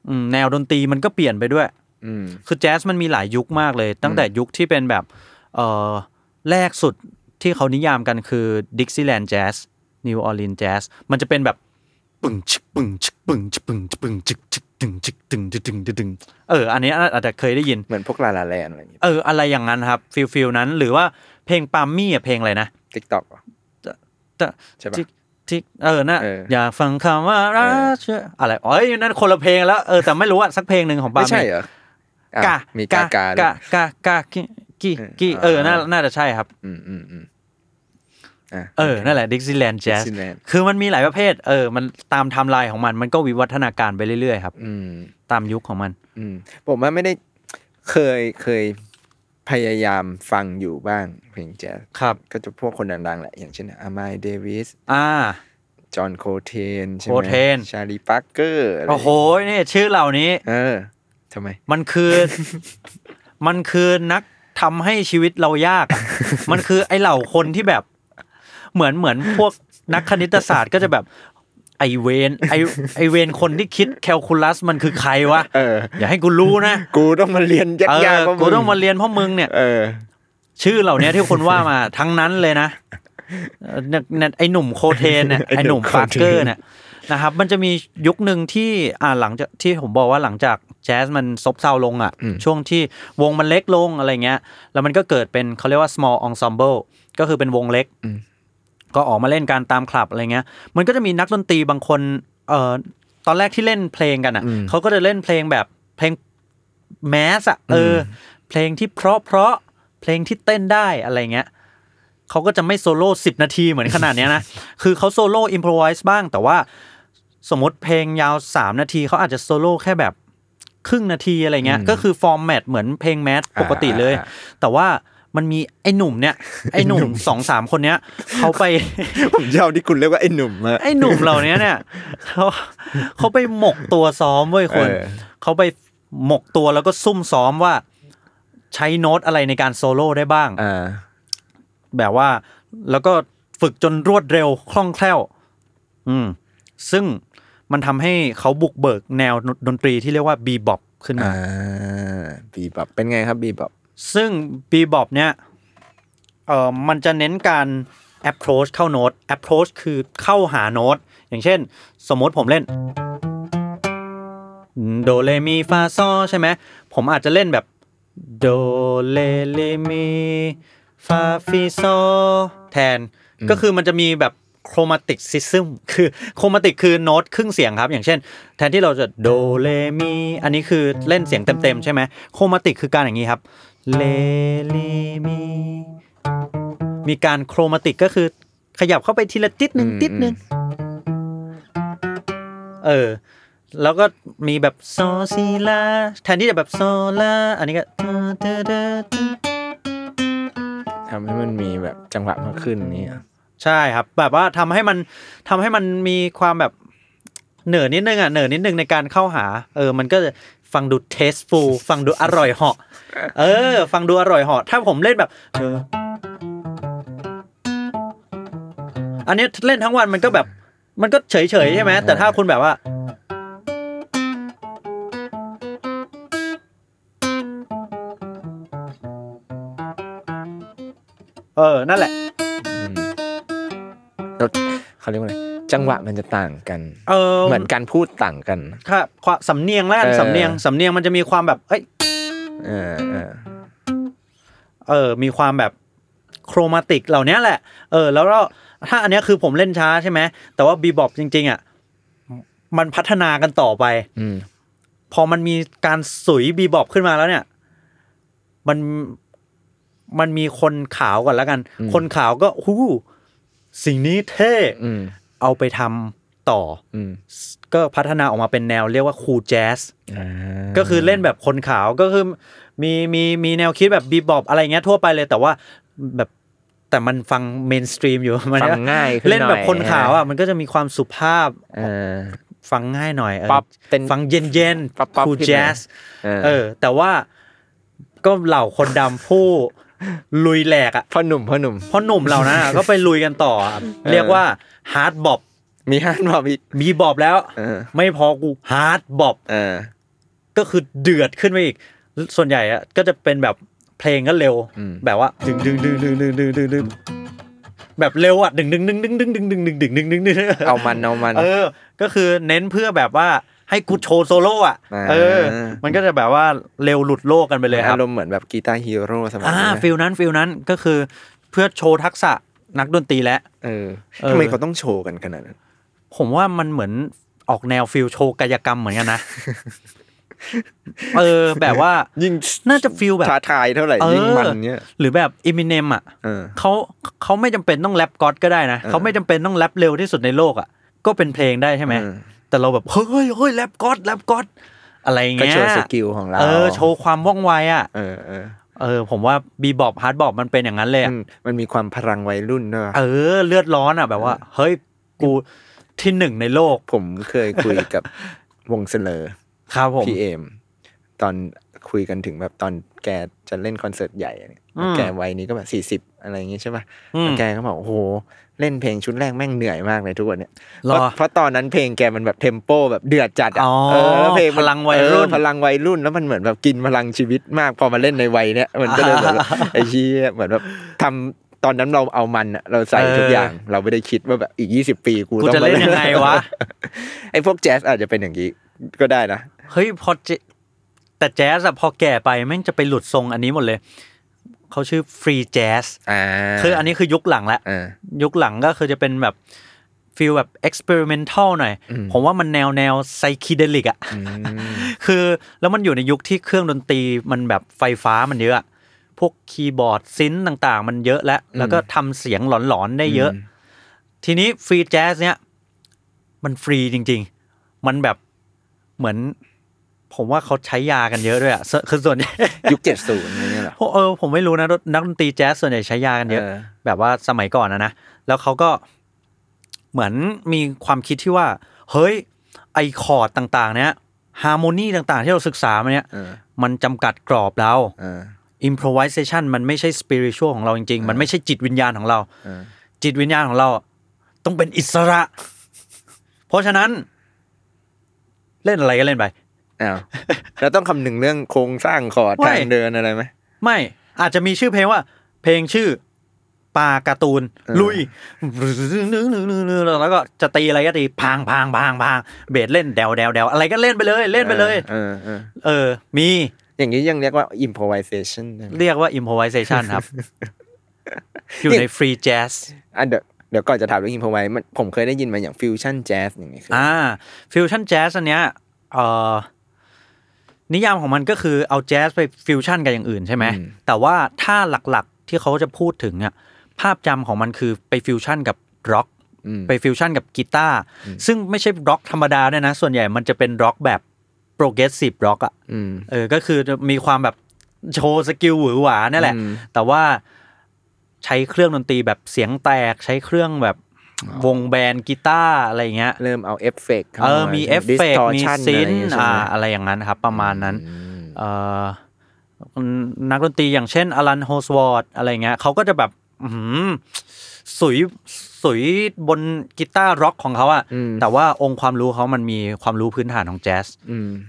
S3: อืมแนวดนตรีมันก็เปลี่ยนไปด้วย
S2: อืม
S3: คือแจ๊สมันมีหลายยุคมากเลย ตั้งแต่ยุคที่เป็นแบบเออแรกสุดที่เขานิยามกันคือดิกซี่แลนด์แจ๊สนิวออร์ลีนแจ๊สมันจะเป็นแบบปึ่งชึกปึ่งชึกปึ่งชึกปึ่งชึกปึ่งชึกชึกตึงชึกตึงตึงตึงตึงเอออันนี้อาจจะเคยได้ยิน
S2: เหมือนพวกลาลาแลนอะไรอย่างเงี้ย
S3: เอออะไรอย่างนั้นครับฟิลฟิลนั้นหรือว่าเพลงปามมี่อะเพลงอะไรนะ
S2: ทิกตอก
S3: แต่
S2: ใช่ปะ
S3: ที่ที่เออน่ะ
S2: เออ
S3: อยากฟังคำว่า
S2: เอ
S3: รั
S2: อ
S3: กเธออะไรอ๋อนั่นคนละเพลงแล้วเออแต่ไม่รู้อะสักเพลงหนึ่งของปาม
S2: ไม่
S3: มี่
S2: ใช่เหรออ่ะ
S3: กะ
S2: มีกากาด้ว
S3: กะ
S2: ย
S3: กะกะกิกิกิ
S2: เอ
S3: เอ
S2: อ
S3: อ
S2: อ่า
S3: น่าน่าจะใช่ครับ
S2: อืมอืมอืมอ่ะ
S3: เออ นั่นแหละดิกซี่แลนด์แจ๊ส
S2: Dixieland
S3: คือมันมีหลายประเภท เออ มันตามไทม์ไลน์ของมัน มันก็วิวัฒนาการไปเรื่อยๆครับ
S2: อืม
S3: ตามยุคของมัน
S2: อืมผมว่าไม่ได้เคยเคยพยายามฟังอยู่บ้าง เพลงแจ๊ส
S3: ครับ
S2: ก็จะพวกคนดังๆแหละ อย่างเช่นอามายเดวิส
S3: อ่า
S2: จอห์นโคเทนใช่ไหม
S3: Coltrane
S2: ชาลีปาร์เกอร์อะไร
S3: โอ้โหนี่ชื่อเหล่านี้
S2: เออทำไม
S3: มันคือ มันคือนักทำให้ชีวิตเรายากอะ มันคือไอเหล่าคนที่แบบ เหมือนเหมือนพวกนักคณิตศาสตร์ก็จะแบบไอเวนไอไอเวนคนที่คิดแคลคูลัสมันคือใครวะ
S2: เออ
S3: อย่าให้กูรู้นะ
S2: กูต้องมาเรียน
S3: เอ
S2: ยาก
S3: อ
S2: ๆว่
S3: กูต้องมาเรียนเพราะมึงเนี่ย
S2: เออ
S3: ชื่อเหล่านี้ที่คนว่ามา ทั้งนั้นเลยนะเอ่อเนี่ยเนี่ยไอหนุ่มโคเทนเนี่ย ไอหนุ่ม
S2: ไอ้หนุ่ม
S3: ฟาร์เกอร์
S2: Cotain
S3: เนี่ยนะครับ มันจะมียุคหนึ่งที่อ่าหลังจากที่ผมบอกว่าหลังจากแจ๊สมันซบเซาลงอ่ะ
S2: อืม
S3: ช่วงที่วงมันเล็กลงอะไรเงี้ย แล้วมันก็เกิดเป็นเขาเรียกว่า small ensemble ก็คือเป็นวงเล็ก ก็ออกมาเล่นการตามคลับอะไรเงี้ย มันก็จะมีนักดนตรีบางคนเอ่อตอนแรกที่เล่นเพลงกันอ่ะเขาก็จะเล่นเพลงแบบเพลงแมสอ่ะเอออเพลงที่เพราะเพราะๆเพลงที่เต้นได้อะไรเงี้ยเขาก็จะไม่โซโล่สิบนาทีเหมือนขนาดเนี้ยนะ คือเขาโซโล่อิมพรไวส์บ้าง แต่ว่าสมมติเพลงยาว 3 นาทีเขาอาจจะโซโล่แค่แบบครึ่งนาทีอะไรเงี้ย ก็คือฟอร์แมตเหมือนเพลงแมสปกติเลย
S2: อ่า
S3: แต่ว่า มันมีไอ้หนุ่มเนี่ยไอ้หนุ่มสองสามคนเนี้ยเขา ไป
S2: ผมชอบที่คุณเรียกว่าไอ้หนุ่มอะ
S3: ไอ้หนุ่มเหล่านี้เนี่ยเขาเขาไปหมกตัวซ้อมเว้ยคุณ
S2: เออ
S3: เขาไปหมกตัวแล้วก็ซุ่มซ้อมว่าใช้โน้ตอะไรในการโซโล่ได้บ้าง
S2: อ่า
S3: แบบว่าแล้วก็ฝึกจนรวดเร็วคล่องแคล่ว อืม ซึ่งมันทำให้เขาบุกเบิกแนวดนตรีที่เรียกว่าบีบอบขึ้นมา
S2: อ่าบีบอบเป็นไงครับบีบอบ
S3: ซึ่งบีบอบเนี่ยเออมันจะเน้นการ approach เข้าโน้ต approach คือเข้าหาโน้ต อย่างเช่น สมมติผมเล่นโดเลมีฟาซอใช่ไหม ผมอาจจะเล่นแบบโดเลเลมีฟาฟิซอแทน ก็คือมันจะมีแบบโครมาติกซิซึม คือโครมาติกคือโน้ตครึ่งเสียงครับ อย่างเช่น แทนที่เราจะโดเลมีอันนี้คือเล่นเสียงเต็มๆใช่ไหมโครมาติกคือการอย่างนี้ครับเลเลมีมีการโครมาติกก็คือขยับเข้าไปทีละติดหนึ่ง
S2: อืม
S3: ติดหนึ่งเออ แล้วก็มีแบบโซซีลาแทนที่จะแบบโซลาอันนี้ก็
S2: ทำให้มันมีแบบจังหวะมากขึ้นนี่อ่ะ
S3: ใช่ครับ แบบว่าทำให้มันทำให้มันมีความแบบเหนือนิดนึงอ่ะเหนือนิดนึงในการเข้าหา เออ มันก็จะฟังดู tasteful ฟังดูอร่อยเหาะเออ ฟังดูอร่อยเหาะถ้าผมเล่นแบบเอออันเนี้ยเล่นทั้งวันมันก็แบบมันก็เฉยๆใช่ไหมแต่ถ้าคุณแบบว่า เออ นั่นแหละ
S2: รสเขาเรียกว่าอะไรจังหวะมันจะต่างกัน
S3: เออ
S2: เหมือนการพูดต่างกัน
S3: ค่ะความสำเนียงแล้วกัน
S2: เออ
S3: สำเนียงสำเนียงมันจะมีความแบบ เอ้ย
S2: เออเออ
S3: เออ มีความแบบโครมาติกเหล่านี้แหละ เออ แล้วก็ถ้าอันเนี้ยคือผมเล่นช้าใช่ไหมแต่ว่าบีบอบจริง ๆอ่ะมันพัฒนากันต่อไป
S2: อืม
S3: พอมันมีการสุยบีบอบขึ้นมาแล้วเนี่ย มันมันมีคนขาวก่อนแล้วกัน คนขาวก็หูสิ่งนี้เท่
S2: อืม
S3: เอาไปทำต่อ
S2: อืม
S3: ก็พัฒนาออกมาเป็นแนวเรียกว่าคูลแจ๊ส
S2: อ่า
S3: ก็คือเล่นแบบคนขาวก็คือมีมีมีแนวคิดแบบบีบอบอะไรเงี้ยทั่วไปเลย แต่ว่าแบบแต่มันฟังเมนสตรีมอยู่ มัน
S2: ฟังง่ายขึ้นหน่อย
S3: เล่นแบบคนขาวอ่ะมันก็จะมีความสุภาพ
S2: เออ
S3: ฟังง่ายหน่อยเออ
S2: ป๊อปเป็น
S3: ฟังเย็นเย็น
S2: ป๊อปป๊อป
S3: คูล
S2: ขึ้น
S3: แจ๊ส
S2: เออ
S3: เออ แต่ว่าก็เหล่าคนดำผู้ ลุยแหลกอ่ะ
S2: พ่อหนุ่มพ่อหนุ่ม
S3: เพราะหนุ่มเหล่านั้น อะก็ไปลุยกันต่ออะเรียกว่าฮาร์ดบอบ
S2: มีห้านบอบอีก
S3: บีบอบแล้ว
S2: เออ
S3: ไม่พอกูฮาร์ดบอบ
S2: เออ
S3: ก็คือเดือดขึ้นไปอีก ส่วนใหญ่อะก็จะเป็นแบบเพลงก็เร็ว
S2: อืม
S3: แบบว่าดึงดึงดึงดึงดึงดึงดึงดึงแบบเร็วอ่ะดึงดึงดึงดึงดึงดึงดึงดึงดึงดึงดึงดึง
S2: เอามันเอามัน
S3: เออ ก็คือเน้นเพื่อแบบว่าให้กูโชว์โซโล่อ่ะ
S2: อ่า
S3: เออ มันก็จะแบบว่าเร็วหลุดโลกกันไปเลยครั
S2: อา
S3: บ
S2: รมณ์เหมือนแบบกีตาร์ฮีโร่สมัย
S3: อ่า
S2: นี้นนะ
S3: ฟิลนั้นฟิลนั้นก็คือเพื่อโชว์ทักษะนักดนตรีและ
S2: เออ
S3: เออ
S2: ทำไมเขาต้องโชว์กันขนาดนั้น
S3: ผมว่ามันเหมือนออกแนวฟิลโชว์กายกรรมเหมือนกันนะ เออ แบบว่า
S2: ยิ่ง
S3: น่าจะฟีลแบบ
S2: ท้าทายเท่าไหร่
S3: เออ
S2: ยิ่งมันเนี่ย
S3: หรือแบบอิมิเนมอ่ะ
S2: เออ
S3: เขาเขาไม่จำเป็นต้องแรปก็อดก็ได้นะเขาไม่จำเป็นต้องแรปเร็วที่สุดในโลกอ่ะก็เป็นเพลงได้ใช่ไหม
S2: เออ
S3: แต่เราแบบเฮ้ยเฮ้ยแรปก็อดแรปก็อดอะไรอย่าง
S2: ก็
S3: เงี้ย
S2: โชว์สกิลของเรา
S3: เออโชว์ความว่องไวอ่ะ
S2: เออเออ
S3: เออผมว่าบีบอบฮาร์ดบอบมันเป็นอย่างนั้นเลยอะ
S2: อืมมันมีความพลังวัยรุ่นด้วยวะ
S3: เออเลือดร้อนอ่ะแบบว่า เฮ้ยกูที่หนึ่งในโลก
S2: ผมเคยคุย กับวงเสลอ
S3: ครับผม
S2: พี่เอม ตอนคุยกันถึงแบบตอนแกจะเล่นคอนเสิร์ตใหญ่เนี่ย
S3: อืม
S2: แกวัยนี้ก็แบบสี่สิบ40 อะไรอย่างงี้ใช่ป่ะ
S3: อืม
S2: แล้วแกก็บอกโอ้โห เล่นเพลงชุดแรกแม่งเหนื่อยมากเลยทุกวันเนี่ย
S3: ห
S2: เพ
S3: รอ
S2: ราะเพราะตอนนั้นเพลงแกมันแบบเทมโปแบบเดือดจัดะ
S3: อ๋อ
S2: เออแวเพลงมัน
S3: พลังวัยรุ่น
S2: เออพลังวัยรุ่นแล้วมันเหมือนแบบกินพลังชีวิตมากพอมาเล่นในวัยเนี้ยมันก็เลยแบบ
S3: อ่า
S2: ไอ้ชี้ยเหมือนแบบทำตอนนั้นเราเอามันอะเราใส่ทุก
S3: เออ
S2: อ
S3: อ
S2: ย่าง เราไม่ได้คิดว่าแบบอีกยี่สิบปีกู
S3: กู
S2: ต้อง
S3: จะ
S2: มา
S3: เล่นยังไงวะ
S2: ไอ้พวกแจ๊สอาจจะเป็นอย่างนี้ก็ได้นะ
S3: เฮ้ยพอเจแต่แจ๊สอะพอแก่ไปแม่งจะไปหลุดทรงอันนี้หมดเลยเขาชื่อฟรีแจ๊ส
S2: อ่า
S3: คืออันนี้คือยุคหลังแล้ว
S2: อ่า
S3: ยุคหลังก็คือจะเป็นแบบฟิลแบบเอ็กซ์เพร์เมนทัลหน่อย
S2: อืม
S3: ผมว่ามันแนวแนวไซคิเดลิกอ่ะ คือแล้วมันอยู่ในยุคที่เครื่องดนตรีมันแบบไฟฟ้ามันเยอะอะพวกคีย์บอร์ดซินต่างๆ มันเยอะแล้ว แล้วก็ทำเสียงหลอน ๆ ได้เยอะ ทีนี้ฟรีแจ๊สเนี่ย มันฟรีจริง ๆ มันแบบเหมือน ผมว่าเขาใช้ยากันเยอะด้วยอ่ะ คือส่วนใหญ่
S2: ยุคเจ็ดศูนย์อะไรเงี้ยเหรอ
S3: โอ้เออผมไม่รู้นะนักดนตรีแจ๊สส่วนใหญ่ใช้ยากันเยอะ
S4: เออ
S3: แบบว่าสมัยก่อนนะนะ แล้วเขาก็เหมือนมีความคิดที่ว่า เฮ้ย ไอคอร์ดต่างๆ เนี้ยฮาร์โมนีต่างๆ ที่เราศึกษามาเนี้ย
S4: เออ
S3: มันจำกัดกรอบเรา
S4: เออ
S3: improvisation มันไม่ใช่ spiritual ของเราจริงๆ มันไม่ใช่จิตวิญญาณของเรา
S4: เออ
S3: จิตวิญญาณของเราต้องเป็นอิสระ เพราะฉะนั้น เล่นอะไรก็เล่นไป
S4: อ้าว
S2: แล้วต้องคำนึงเรื่องโครงสร้างคอร์ด
S3: เว้
S2: ทาย งเดินอะไรไหม
S3: ไม่อาจจะมีชื่อเพลงว่า เพลงชื่อปลาการ์ตูน ลุยแล้วก็จะตีอะไรก็ตีพังพังพังพังเบสเล่นเดวเดวเดวอะไรก็เล่นไปเลย เล่นไปเลย
S2: เออเออ
S3: เออ มี
S2: อย่างนี้ยังเรียกว่า improvisation ได้ไหม
S3: เรียกว่า improvisation ครับ อยู่ใน free jazz
S2: อ่ะเดี๋ยวเดี๋ยวก่อนจะถามเรื่อง improvise มันผมเคยได้ยินมาอย่าง fusion jazz อย่างนี้คือ
S3: อ่าฟิวชั่นแจ๊สอันเนี้ยเอ่อนิยามของมันก็คือเอาแจ๊สไปฟิวชั่นกับอย่างอื่นใช่ไหมแต่ว่าถ้าหลักๆที่เขาจะพูดถึงอ่ะภาพจำของมันคือไปฟิวชั่นกับร็อกไปฟิวชั่นกับกีตาร์ซึ่งไม่ใช่ร็อกธรรมดาด้วยนะ ส่วนใหญ่มันจะเป็นร็อกแบบโปรเกรสซีฟร็อกอ่ะเออก็คือจะมีความแบบโชว์สกิลหวือหวาเนี่ยแหละ แต่ว่าใช้เครื่องดนตรีแบบเสียงแตกใช้เครื่องแบบวงแบนกีตาร์อะไรอย่างเงี้ย
S2: เริ่มเอาเอฟเฟกต์
S3: เออ มีเอฟเฟกมีซินอ่า
S2: อ่า
S3: อะไรอย่างนั้นครับ ประมาณนั้น เออนักดนตรีอย่างเช่นอลันโฮสวอตอะไรเงี้ยเขาก็จะแบบ อื้อหือสุยสุยบนกีตาร์ร็อกของเขาอะแต่ว่าองค์ความรู้เขามันมีความรู้พื้นฐานของแจ๊ส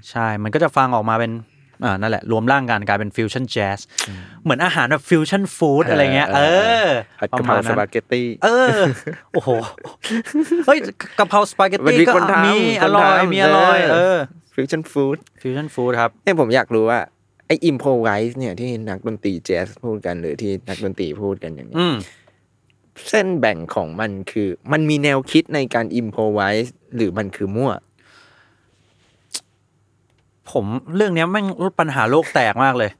S3: ใช่ มันก็จะฟังออกมาเป็นอ่านั่นแหละ รวมร่างกันกลายเป็นฟิวชั่นแจ๊สเหมือนอาหารแบบฟิวชั่นฟู้ดอะไรเงี้ย เออ
S2: ผัด
S3: ป
S2: กะ
S3: ระ
S2: เพ
S3: มา
S2: รา
S3: ณ
S2: ส
S3: นั้น
S2: ปาเกตตี้
S3: เออ โอ้โห เฮ้ยกะเพราสปาเกต
S2: วัน
S3: ตี้
S2: นี้
S3: ก็
S2: คนทำ
S3: มี
S2: ค
S3: อนร่อย
S2: ทำ
S3: มีอร่อย
S2: เออ
S3: เออ
S2: fusion food
S3: ฟิวชั่นฟู้ดครับ
S2: เนี่ยผมอยากรู้ว่าไอ้ improvise เนี่ยที่นักดนตรีแจ๊สพูดกันหรือที่นักดนตรีพูดกันอย่างนี้ย
S3: อืม
S2: เส้นแบ่งของมันคือ มันมีแนวคิดในการอิมพอไวส์หรือมันคือมั่ว
S3: ผมเรื่องเนี้ยแม่งปัญหาโลกแตกมากเลย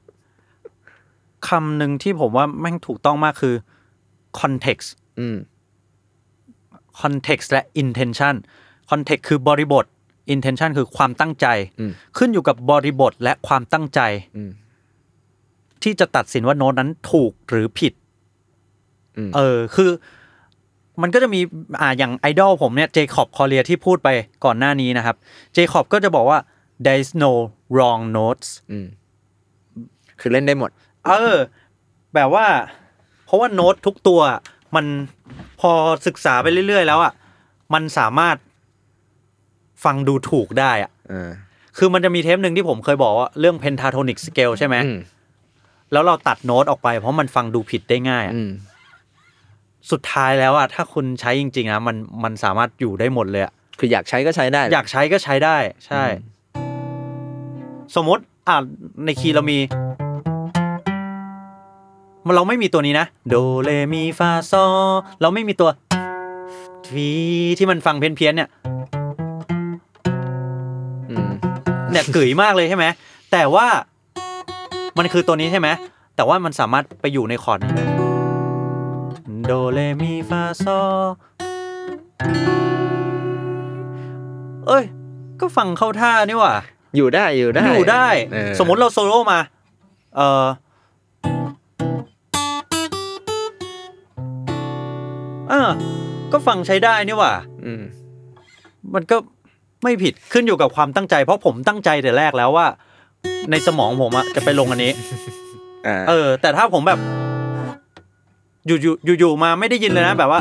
S3: คำหนึ่งที่ผมว่าแม่งถูกต้องมากคือ context
S2: อืม
S3: context และ intention context คือบริบท intention คือความตั้งใจ
S2: อืม
S3: ขึ้นอยู่กับบริบทและความตั้งใจ
S2: อืม
S3: ที่จะตัดสินว่าโน้ตนั้นถูกหรือผิด
S2: อืม
S3: เออ คือ มันก็จะมีอ่าอย่างไอดอลผมเนี่ยเจคอบคอเรียที่พูดไปก่อนหน้านี้นะครับเจคอบก็จะบอกว่า there is no wrong notes
S2: อืม คือเล่นได้หมด
S3: เออ แบบว่า เพราะว่าโน้ตทุกตัว มันพอศึกษาไปเรื่อย ๆ แล้วอ่ะมันสามารถฟังดูถูกได้อ่ะ
S2: เออ
S3: คือมันจะมีเทปหนึ่งที่ผมเคยบอกว่าเรื่อง pentatonic scale ใช่ไหม
S2: อืม
S3: แล้วเราตัดโน้ตออกไป เพราะมันฟังดูผิดได้ง่ายอะ
S2: อืม
S3: สุดท้ายแล้วอ่ะถ้าคุณใช้จริงๆนะมันมันสามารถอยู่ได้หมดเลยอะ
S2: คืออยากใช้ก็ใช้ได้
S3: อยากใช้ก็ใช้ได้ใช่ สมมติอ่ะในคีย์เรามีมันเราไม่มีตัวนี้นะโดเรมีฟาซอเราไม่มีตัวฟีที่มันฟังเพี้ยนๆเนี่ย
S2: อืม
S3: เนี่ยกึ๋ยมากเลยใช่ไหมแต่ว่ามันคือตัวนี้ใช่ไหมแต่ว่ามันสามารถไปอยู่ในคอร์ดโดเรมีฟาซอเอ้ย ก็ฟังเข้าท่านี่หว่า
S2: อยู่ได้ อยู่ได้
S3: อยู่ได้
S2: เออ
S3: สมมติเราโซโล่มา เออเออก็ฟังใช้ได้นี่หว่า
S2: อืม
S3: มันก็ไม่ผิดขึ้นอยู่กับความตั้งใจ เพราะผมตั้งใจแต่แรกแล้วว่า ในสมองผมอะจะไปลงอันนี้
S2: อ่า
S3: เออ แต่ถ้าผมแบบอยู่อยู่ๆอยู่ๆมาไม่ได้ยินเลยนะ แบบว่า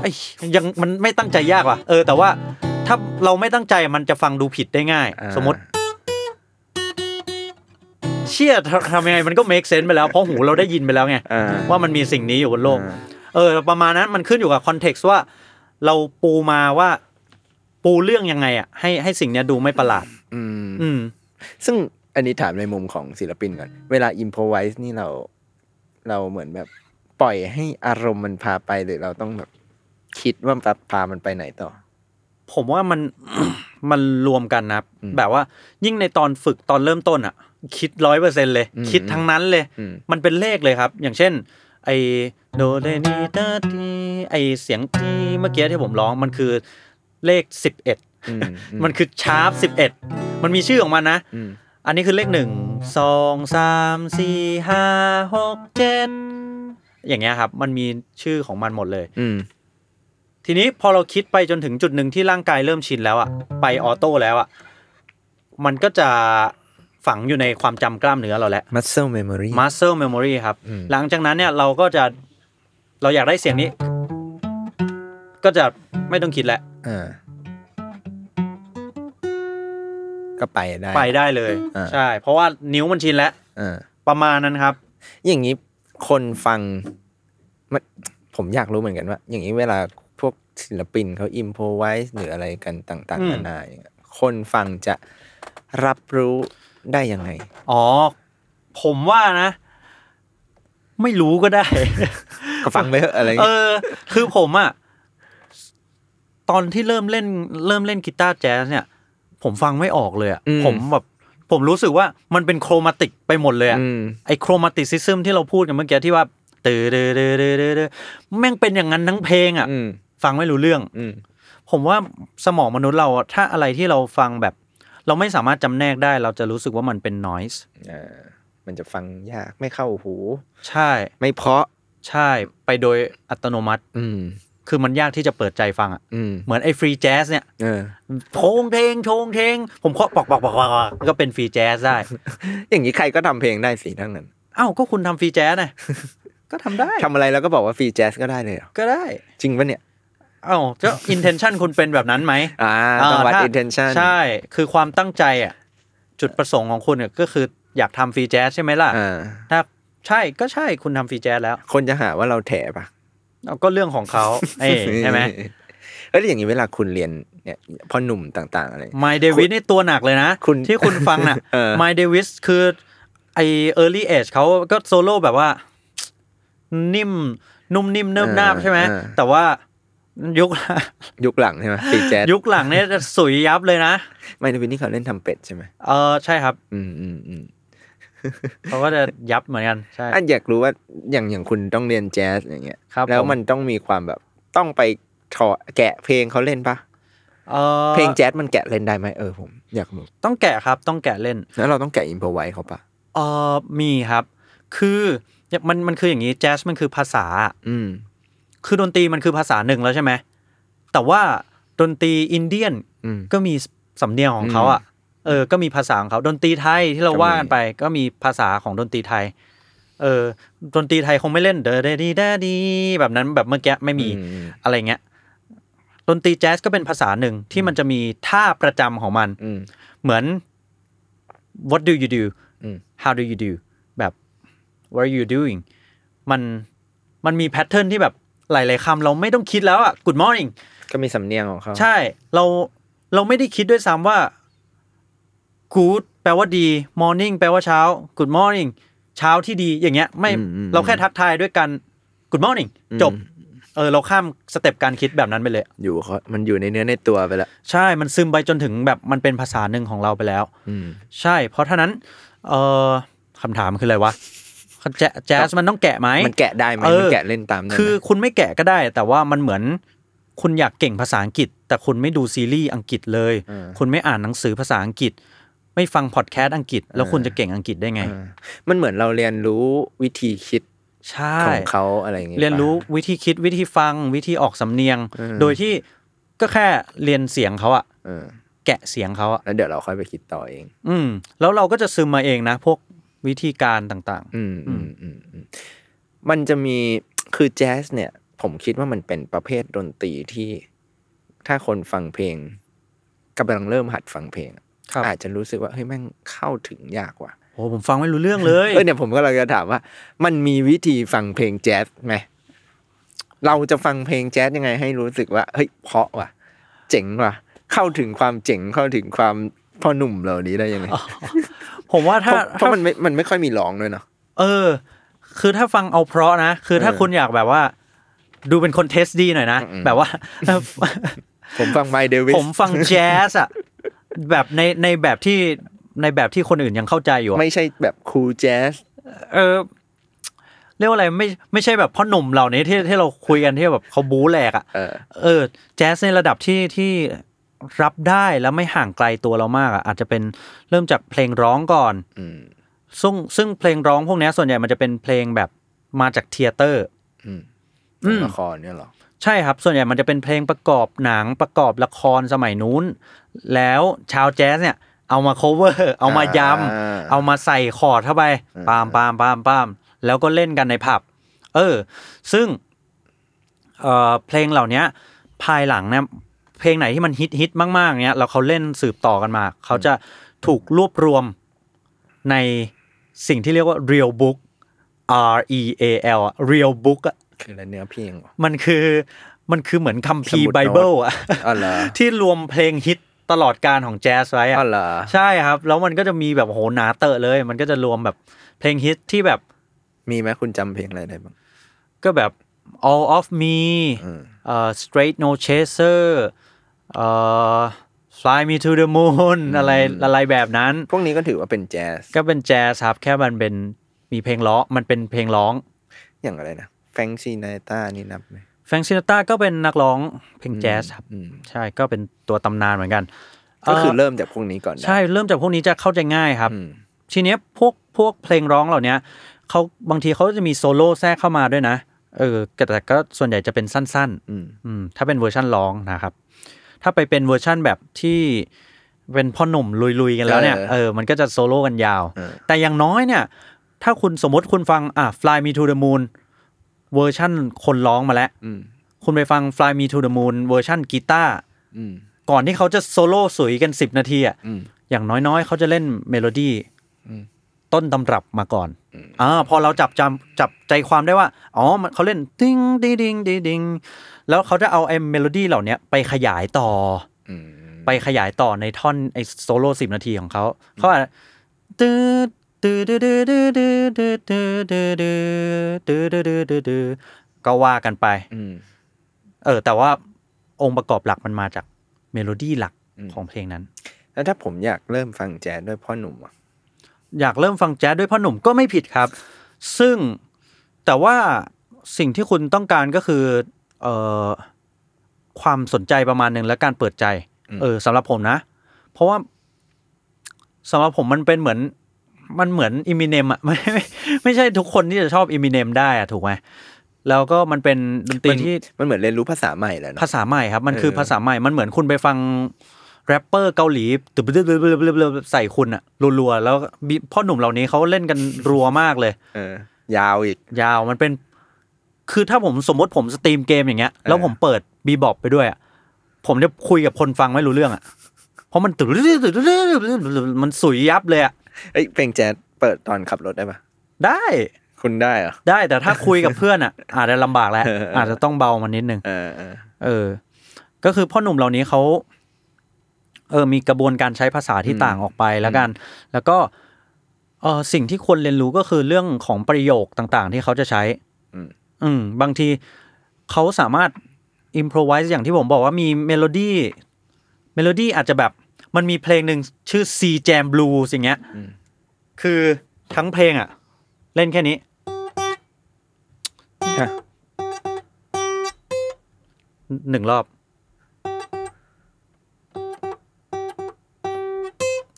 S3: ไอ้ยยังมันไม่ตั้งใจยากว่ะ เออ แต่ว่าถ้าเราไม่ตั้งใจมันจะฟังดูผิดได้ง่าย
S2: อ่า
S3: สมมติ เชี่ยทำทำยังไงมันก็ make sense ไปแล้ว เพราะหูเราได้ยินไปแล้วไง
S2: อ่า
S3: ว่ามันมีสิ่งนี้อยู่บนโลก
S2: อ่า
S3: เออ ประมาณนั้นมันขึ้นอยู่กับคอนเท็กซ์ว่า เราปูมาว่าปูเรื่องยังไงอ่ะให้ให้สิ่งเนี้ยดูไม่ประหลาด
S2: อืม
S3: อืม
S2: ซึ่งอันนี้ถามในมุมของศิลปินก่อน เวลาอิมพอไวส์นี่เรา เราเหมือนแบบปล่อยให้อารมณ์มันพาไปหรือเราต้องแบบคิดว่าพามันไปไหนต่อ
S3: ผมว่ามัน มันรวมกันนะครับแบบว่ายิ่งในตอนฝึกตอนเริ่มต้นอ่ะ คิดร้อยเปอร์เซ็นเลย
S2: อืม
S3: คิดทั้งนั้นเลย
S2: อืม
S3: มันเป็นเลขเลยครับ อย่างเช่น ไอโดเรนีดาทีไอเสียงทีเมื่อกี้ที่ผมร้องมันคือเลขสิบเอ็ด
S2: อืมอื
S3: มันคือชาร์ปสิบเอ็ดมันมีชื่อของมันนะ
S2: อืม
S3: อันนี้คือเลขหนึ่งสองสามสี่ห้าหกเจ็ดอย่างเงี้ยครับ มันมีชื่อของมันหมดเลย
S2: อืม
S3: ทีนี้พอเราคิดไปจนถึงจุดหนึ่งที่ร่างกายเริ่มชินแล้วอะไปออโต้แล้วอะมันก็จะฝังอยู่ในความจำกล้ามเนื้อเราแหละ
S2: มัสเซลเมมโมรี
S3: muscle memory ครับ
S2: อืม
S3: หลังจากนั้นเนี่ยเราก็จะเราอยากได้เสียงนี้ ก็จะไม่ต้องคิดแหละ
S2: อ่าก็ไปได้
S3: ไปได้เลย
S2: อ่า
S3: ใช่ เพราะว่านิ้วมันชินแล้ว
S2: อ่า
S3: ประมาณนั้นครับ
S2: อย่างนี้คนฟังมันผมอยากรู้เหมือนกันว่า อย่างนี้เวลาพวกศิลปินเขาอิมพไว้หรืออะไรกันต่าง
S3: อื
S2: ๆ
S3: ม
S2: นานาอย่างเงี้ยคนฟังจะรับรู้ได้ยังไง
S3: อ๋อ ผมว่านะ ไม่รู้ก็ได้
S2: ก็ฟังไปเถอะอะไร
S3: เอ
S2: เงี้ย
S3: อ คือผมอะตอนที่เริ่มเล่น เริ่มเล่นกีตาร์แจ๊สเนี่ย ผมฟังไม่ออกเลยอะผมแบบผมรู้สึกว่ามันเป็นโครมาติกไปหมดเลยอะ
S2: ม
S3: ไอโครมาติซิซึมที่เราพูดกันเมื่อกี้ที่ว่าตื่อเดอเดอเดอเดอเดอแม่งเป็นอย่างนั้นทั้งเพลงอ่ะ
S2: อืม
S3: ฟังไม่รู้เรื่อง
S2: อืม
S3: ผมว่าสมองมนุษย์เราอะถ้าอะไรที่เราฟังแบบ เราไม่สามารถจำแนกได้ เราจะรู้สึกว่ามันเป็น noise
S2: อ่ามันจะฟังยากไม่เข้าหู
S3: ใช่
S2: ไม่เพราะ
S3: ใช่ไปโดยอัตโนมัติ
S2: อืม
S3: คือมันยากที่จะเปิดใจฟังอ่ะ
S2: อืม
S3: เหมือนไอ้ฟรีแจ๊สเนี่ย
S2: เออ
S3: โทงเทงโทงเทง ผมเคาะปอกปอกปอกปอกปอกก็เป็นฟรีแจ๊สได้
S2: อย่างนี้ใครก็ทำเพลงได้สิทั้งนั้น
S3: เอ้าก็คุณทำฟรีแจ๊สนะก็ทำได้
S2: ทำอะไรแล้วก็บอกว่าฟรีแจ๊สก็ได้เลยเหรอ
S3: ก็ได้
S2: จริงปะเนี่ย
S3: เอ้าก็ intention คุณเป็นแบบนั้นไหม
S2: อ่าต้องวัด
S3: ถ้า
S2: intention
S3: ใช่ คือความตั้งใจอ่ะ จุดประสงค์ของคุณเนี่ยก็คืออยากทำฟรีแจ๊สใช่ไหมล่ะ
S2: อ่า
S3: ถ้าใช่ก็ใช่คุณทำฟรีแจ๊สแล้ว
S2: คนจะหาว่าเราแถปะ
S3: เอาก็เรื่องของ เขาเอ้ยใช่ไหม
S2: เอ้ยแล้วอย่างนี้เวลาคุณเรียนเนี่ยพอหนุ่มต่างๆอะไร
S3: My Davis นี่ตัวหนักเลยนะ
S2: คุณ
S3: ที่คุณฟังน่ะ
S2: เออ
S3: My Davis คือไอ early age เขาก็โซโล่แบบว่า นิ่ม นุ่มนิ่มเนิบนาบใช่ไหม
S2: เออ
S3: แต่ว่ายุค
S2: ยุคหลังใช่ไหมฟีแจ๊ส
S3: ยุคหลังเนี่ยสุยยับเลยนะ
S2: ไม่ได้วินนี่เขาเล่นทำเป็ดใช่ไหม
S3: เออใช่ครับ
S2: อืมอืมอืม
S3: เขาก็จะยับเหมือนกันใช่
S2: อันอยากรู้ว่าอย่างอย่างคุณต้องเรียนแจ๊สอย่างเงี้ย
S3: ครับ
S2: แล้ว
S3: ผ
S2: มันต้องมีความแบบต้องไปถอดแกะเพลงเขาเล่นปะ
S3: ออ
S2: เพลงแจ๊สมันแกะเล่นได้ไหมเออผมอยากรู้
S3: ต้องแกะครับต้องแกะเล่น
S2: แล้วเราต้องแกะอินพอไว้เขาปะ
S3: เออมีครับ คือมันมันคืออย่างนี้แจ๊สมันคือภาษา
S2: อืม
S3: คือดนตรีมันคือภาษาหนึ่งแล้วใช่ไหมแต่ว่าดนตรีอินเดียน
S2: อืม
S3: ก็มีสำเนียงของเขาอ่ะเออ ก็มีภาษาของเขาดนตรีไทยที่เราว่ากันไป ก็มีภาษาของดนตรีไทย เออดนตรีไทยคงไม่เล่นเดอเดดีดดีแบบนั้นแบบเมื่อกี้ไม่มี
S2: อืม
S3: อะไรเงี้ยดนตรีแจ๊สก็เป็นภาษาหนึ่งที่มันจะมีท่าประจำของมัน
S2: อืม
S3: เหมือน what do you do
S2: อืม
S3: how do you do แบบ what are you doing มันมันมีแพทเทิร์นที่แบบหลาย ๆคำเราไม่ต้องคิดแล้วอ่ะ good morning
S2: ก็มีสำเนียงของเขา
S3: ใช่เราเราไม่ได้คิดด้วยซ้ำว่า good แปลว่าดี morning แปลว่าเช้า good morning เช้าที่ดีอย่างเงี้ย ไม่เราแค่ทักทายด้วยกัน good morning จบ เออ เราข้ามสเต็ปการคิดแบบนั้นไปเลย
S2: อยู่เขามันอยู่ในเนื้อในตัวไปละ
S3: ใช่มันซึมไปจนถึงแบบมันเป็นภาษาหนึ่งของเราไปแล้ว
S2: อืม
S3: ใช่ เพราะท่านั้น เออคำถามคืออะไรวะแจแจ๊สมันต้องแกะไหม
S2: มันแกะได้ไหม
S3: เออ
S2: มันแกะเล่นตามได้ไหม
S3: คือคุณไม่แกะก็ได้ แต่ว่ามันเหมือน คุณอยากเก่งภาษาอังกฤษ แต่คุณไม่ดูซีรีส์อังกฤษเลย คุณไม่อ่านหนังสือภาษาอังกฤษ ไม่ฟังพอดแคสต์อังกฤษ แล้วคุณจะเก่งอังกฤษได้ไง
S2: ามันเหมือนเราเรียนรู้วิธีคิด
S3: ใช่
S2: ของเขาอะไรอย่างเงี้ย
S3: เรียนรู้
S2: ป่ะ
S3: วิธีคิดวิธีฟังวิธีออกสำเนียง
S2: อืม
S3: โดยที่ก็แค่เรียนเสียงเขาอะ
S2: เออ
S3: แกะเสียงเขาอะ
S2: แล้วเดี๋ยวเราค่อยไปคิดต่อเอง
S3: อืม แล้วเราก็จะซึมมาเองนะ พวกวิธีการต่าง
S2: อืมอืมอืมอืมมันจะมีคือแจ๊สเนี่ย ผมคิดว่ามันเป็นประเภทดนตรีที่ถ้าคนฟังเพลงกำลังเริ่มหัดฟังเพลงอะ
S3: ครับ
S2: อาจจะรู้สึกว่าเฮ้ยแม่งเข้าถึงยากว่ะ
S3: ๆโอ้ผมฟังไม่รู้เรื่องเลย
S2: เออเนี่ยผมก็เลยจะถามว่า มันมีวิธีฟังเพลงแจ๊สไหมเราจะฟังเพลงแจ๊สยังไง ให้รู้สึกว่าเฮ้ยเพราะว่ะ เจ๋งว่ะ เข้าถึงความเจ๋งเข้าถึงความพ่อหนุ่มเหล่านี้ได้ยังไง
S3: ผมว่า
S2: เพ
S3: ถ้า
S2: ราะเพราะ
S3: ถ้า
S2: มันไม่มันไม่ค่อยมีร้องด้วยเนาะ
S3: เออ คือถ้าฟังเอาเพราะนะ คือถ้า
S2: เออ
S3: คุณอยากแบบว่า ดูเป็นคนเทสดีหน่อยนะ แบบ ว่า
S2: ผมฟังไมเดวิส
S3: ผมฟังแจ๊สอะแบบในในแบบที่ในแบบที่คนอื่นยังเข้าใจอยู่อะ
S2: ไม่ใช่แบบคูลแจ๊ส
S3: เออ เรียกว่าอะไรไม่ไม่ใช่แบบพ่อหนุ่มเหล่านี้ที่ที่เราคุยกันที่แบบเขาบู๊แหลกอะ
S2: เออ
S3: เออแจ๊สในระดับที่ที่ รับได้แล้วไม่ห่างไกลตัวเรามากอ่ะอาจจะเป็นเริ่มจากเพลงร้องก่อน
S2: อืม
S3: ซึ่งซึ่งเพลงร้องพวกเนี้ยส่วนใหญ่มันจะเป็นเพลงแบบมาจากเทยเตอร์
S2: อืม
S3: อืม
S2: ละครเนี่ยเหรอ
S3: ใช่ครับ ส่วนใหญ่มันจะเป็นเพลงประกอบหนังประกอบละครสมัยนู้น แล้วชาวแจ๊สเนี่ย เอามา cover เอามาย้
S2: อ่า
S3: ำเอามาใส่คอร์ดเข้าไป
S2: อ่า
S3: ปามปามปามปามแล้วก็เล่นกันในผับ เออ ซึ่งเอ่อเพลงเหล่าเนี้ย ภายหลังเนี่ยเพลงไหนที่มันฮิตฮิตมากๆเนี่ยแล้วเขาเล่นสืบต่อกันมา เขาจะถูกรวบรวมในสิ่งที่เรียกว่า real book R E A L อะ real book อะ
S2: คืออะไรเนื้อเพลงเหรอ
S3: มันคือมันคือเหมือนคัมภี
S2: สมุดโน้
S3: ร์
S2: ต
S3: ไบเบิล อะ
S2: อ๋อเหรอ
S3: ที่รวมเพลงฮิตตลอดการของแจ๊สไว้อะ
S2: อ๋อเหรอ
S3: ใช่ครับ แล้วมันก็จะมีแบบโหหนาเตอะเลย มันก็จะรวมแบบเพลงฮิตที่แบบ
S2: มีไหมคุณจำเพลงอะไรได้บ้าง
S3: ก็แบบ all of me
S2: อืม
S3: เอ่อ straight no chaser เอ่อ fly me to the moon อะไรอะไรแบบนั้น
S2: พวกนี้ก็ถือว่าเป็นแจ๊ส
S3: ก็เป็นแจ๊สครับ แค่มันเป็นมีเพลงร้องมันเป็นเพลงร้อง
S2: อย่างอะไรนะแฟงซีนาต้านี่นับไหม
S3: แฟรงซินาต้าก็เป็นนักร้องเพลงแจ๊สครับ
S2: อืม
S3: ใช่ก็เป็นตัวตำนานเหมือนกัน
S2: ก็คือเริ่มจากพวกนี้ก่อนนะ
S3: ใช่เริ่มจากพวกนี้จะเข้าใจง่ายครับ
S2: อืม
S3: ทีเนี้ยพวกพวกเพลงร้องเหล่าเนี้ยเขาบางทีเขาจะมีโซโล่แทรกเข้ามาด้วยนะเออแต่แต่ก็ส่วนใหญ่จะเป็นสั้น
S2: อืม
S3: ๆ อืมถ้าเป็นเวอร์ชันร้องนะครับ ถ้าไปเป็นเวอร์ชันแบบที่เป็นพ่อหนุ่มลุย ๆ กันแล้วเนี่ยเออมันก็จะโซโล่กันยาว
S2: เออ
S3: แต่อย่างน้อยเนี่ย ถ้าคุณสมมติคุณฟังอ่ะ Fly Me to the Moon เวอร์ชันคนร้องมาแล้ว
S2: อืม
S3: คุณไปฟัง Fly Me to the Moon เวอร์ชันกีตาร์
S2: อืม
S3: ก่อนที่เขาจะโซโล่สวยกัน 10 นาทีอ่ะ
S2: อืม
S3: อย่างน้อยๆ เขาจะเล่นเมโลดี้
S2: อืม
S3: ต้นตำรับมาก่อน
S2: อืม
S3: อ่าพอเราจับจำจับใจความได้ว่า อ๋อมันเขาเล่นติ้งดิดิงดิดิงแล้วเขาจะเอาไอ้เมโลดี้เหล่าเนี้ยไปขยายต่อ
S2: อืม
S3: อไปขยายต่อในท่อนไอ้โซโล่สิบนาทีของเขาเขาอาจจะตื้อตื้อตื้อตื้อตื้อตื้อตื้อตื้อตื้อตื้อตื้อตื้อตื้อตื้อก็ว่ากันไป
S2: อืม
S3: เออ แต่ว่าองค์ประกอบหลักมันมาจากเมโลดี้หลัก
S2: อืม
S3: ของเพลงนั้น
S2: แล้วถ้าผมอยากเริ่มฟังแจ๊สด้วยพ่อหนุ่มอ่ะ
S3: อยากเริ่มฟังแจ๊สด้วยพ่อหนุ่มก็ไม่ผิดครับ ซึ่งแต่ว่าสิ่งที่คุณต้องการก็คือเอ่อความสนใจประมาณหนึ่งและการเปิดใจ เออสำหรับผมนะ เพราะว่าสำหรับผมมันเป็นเหมือนมันเหมือนอิมิเนมอะไม่ ไม่ไม่ใช่ทุกคนที่จะชอบอิมิเนมได้อะถูกไหมแล้วก็มันเป็นดนตรีที่
S2: มันเหมือนเรียนรู้ภาษาใหม่แหล้วเนอะ
S3: ภาษาใหม่ครับ มัน
S2: เออ
S3: คือภาษาใหม่ มันเหมือนคุณไปฟังแรปเปอร์เกาหลีตึบตึบตึบตึบตึบตึบใส่คุณอะรัวๆ แล้วบิพ่อหนุ่มเหล่านี้เขาเล่นกันรัวมากเลย
S2: เออ ยาวอีก
S3: ยาวมันเป็น คือถ้าผมสมมติผมสตรีมเกมอย่างเงี้ย แล้วผมเปิดบีบอบไปด้วยอะผมจะคุยกับคนฟังไม่รู้เรื่องอะเพราะมันตึบตึบตึบตึบตึบตึบมันสุยยับเลยอะ
S2: เอ้ยเพลงแจ๊สเปิดตอนขับรถได้ปะ
S3: ได้
S2: คุณได้เหรอ
S3: ได้แต่ถ้าคุยกับเพื่อนอะอาจจะลำบากแหละ
S2: เออเอออ
S3: อาจจะต้องเบามันนิดนึง
S2: เออเออ
S3: เออ ก็คือพ่อหนุ่มเหล่านี้เขาเออ มีกระบวนการใช้ภาษาที่ต่างออกไปแล้วกัน แล้วก็เออสิ่งที่ควรเรียนรู้ก็คือเรื่องของประโยคต่างๆ ที่เขาจะใช้
S2: อืม
S3: อืม บางทีเขาสามารถอิมพรไวส์อย่างที่ผมบอกว่ามีเมโลดี้ เมโลดี้อาจจะแบบ มันมีเพลงหนึ่งชื่อ C Jam Blues อย่างเงี้ย
S2: อืม
S3: คือทั้งเพลงอะเล่นแค่นี้
S2: ฮะ
S3: หนึ่งรอบ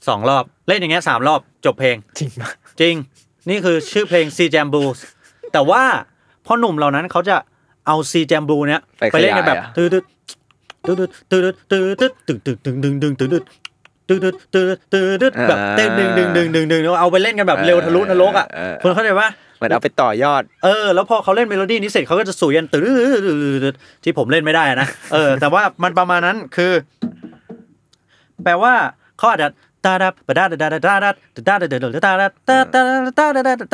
S3: สองรอบ เล่นอย่างเงี้ยสามรอบจบเพลง
S2: จริงปะ
S3: จริง นี่คือชื่อเพลง C Jam Blues แต่ว่าพ่อหนุ่มเหล่านั้นเขาจะเอา C Jam Blue เนี้ยเล่นกันแบบตืดตืดตืดตืดตืดตืดตึงตึงตึงตึงตึงตึงตึงตืดตืดตืดตืดแบบเต้นดึงดึงดึงดึงดึงเอาไปเล่นกันแบบเร็วทะลุนรกอ่ะคุณเข้าใจปะ
S2: เหมือนเอาไปต่อยอด
S3: เออแล้วพอเขาเล่นเมโลดี้นี้เสร็จเขาก็จะสู่ยันตื้อที่ผมเล่นไม่ได้นะเออ แต่ว่ามันประมาณนั้นคือ แปลว่าเขาอาจจะตาดับดาดาดาดาดาดาดาดาดาดาดาดาดาดาดาดาด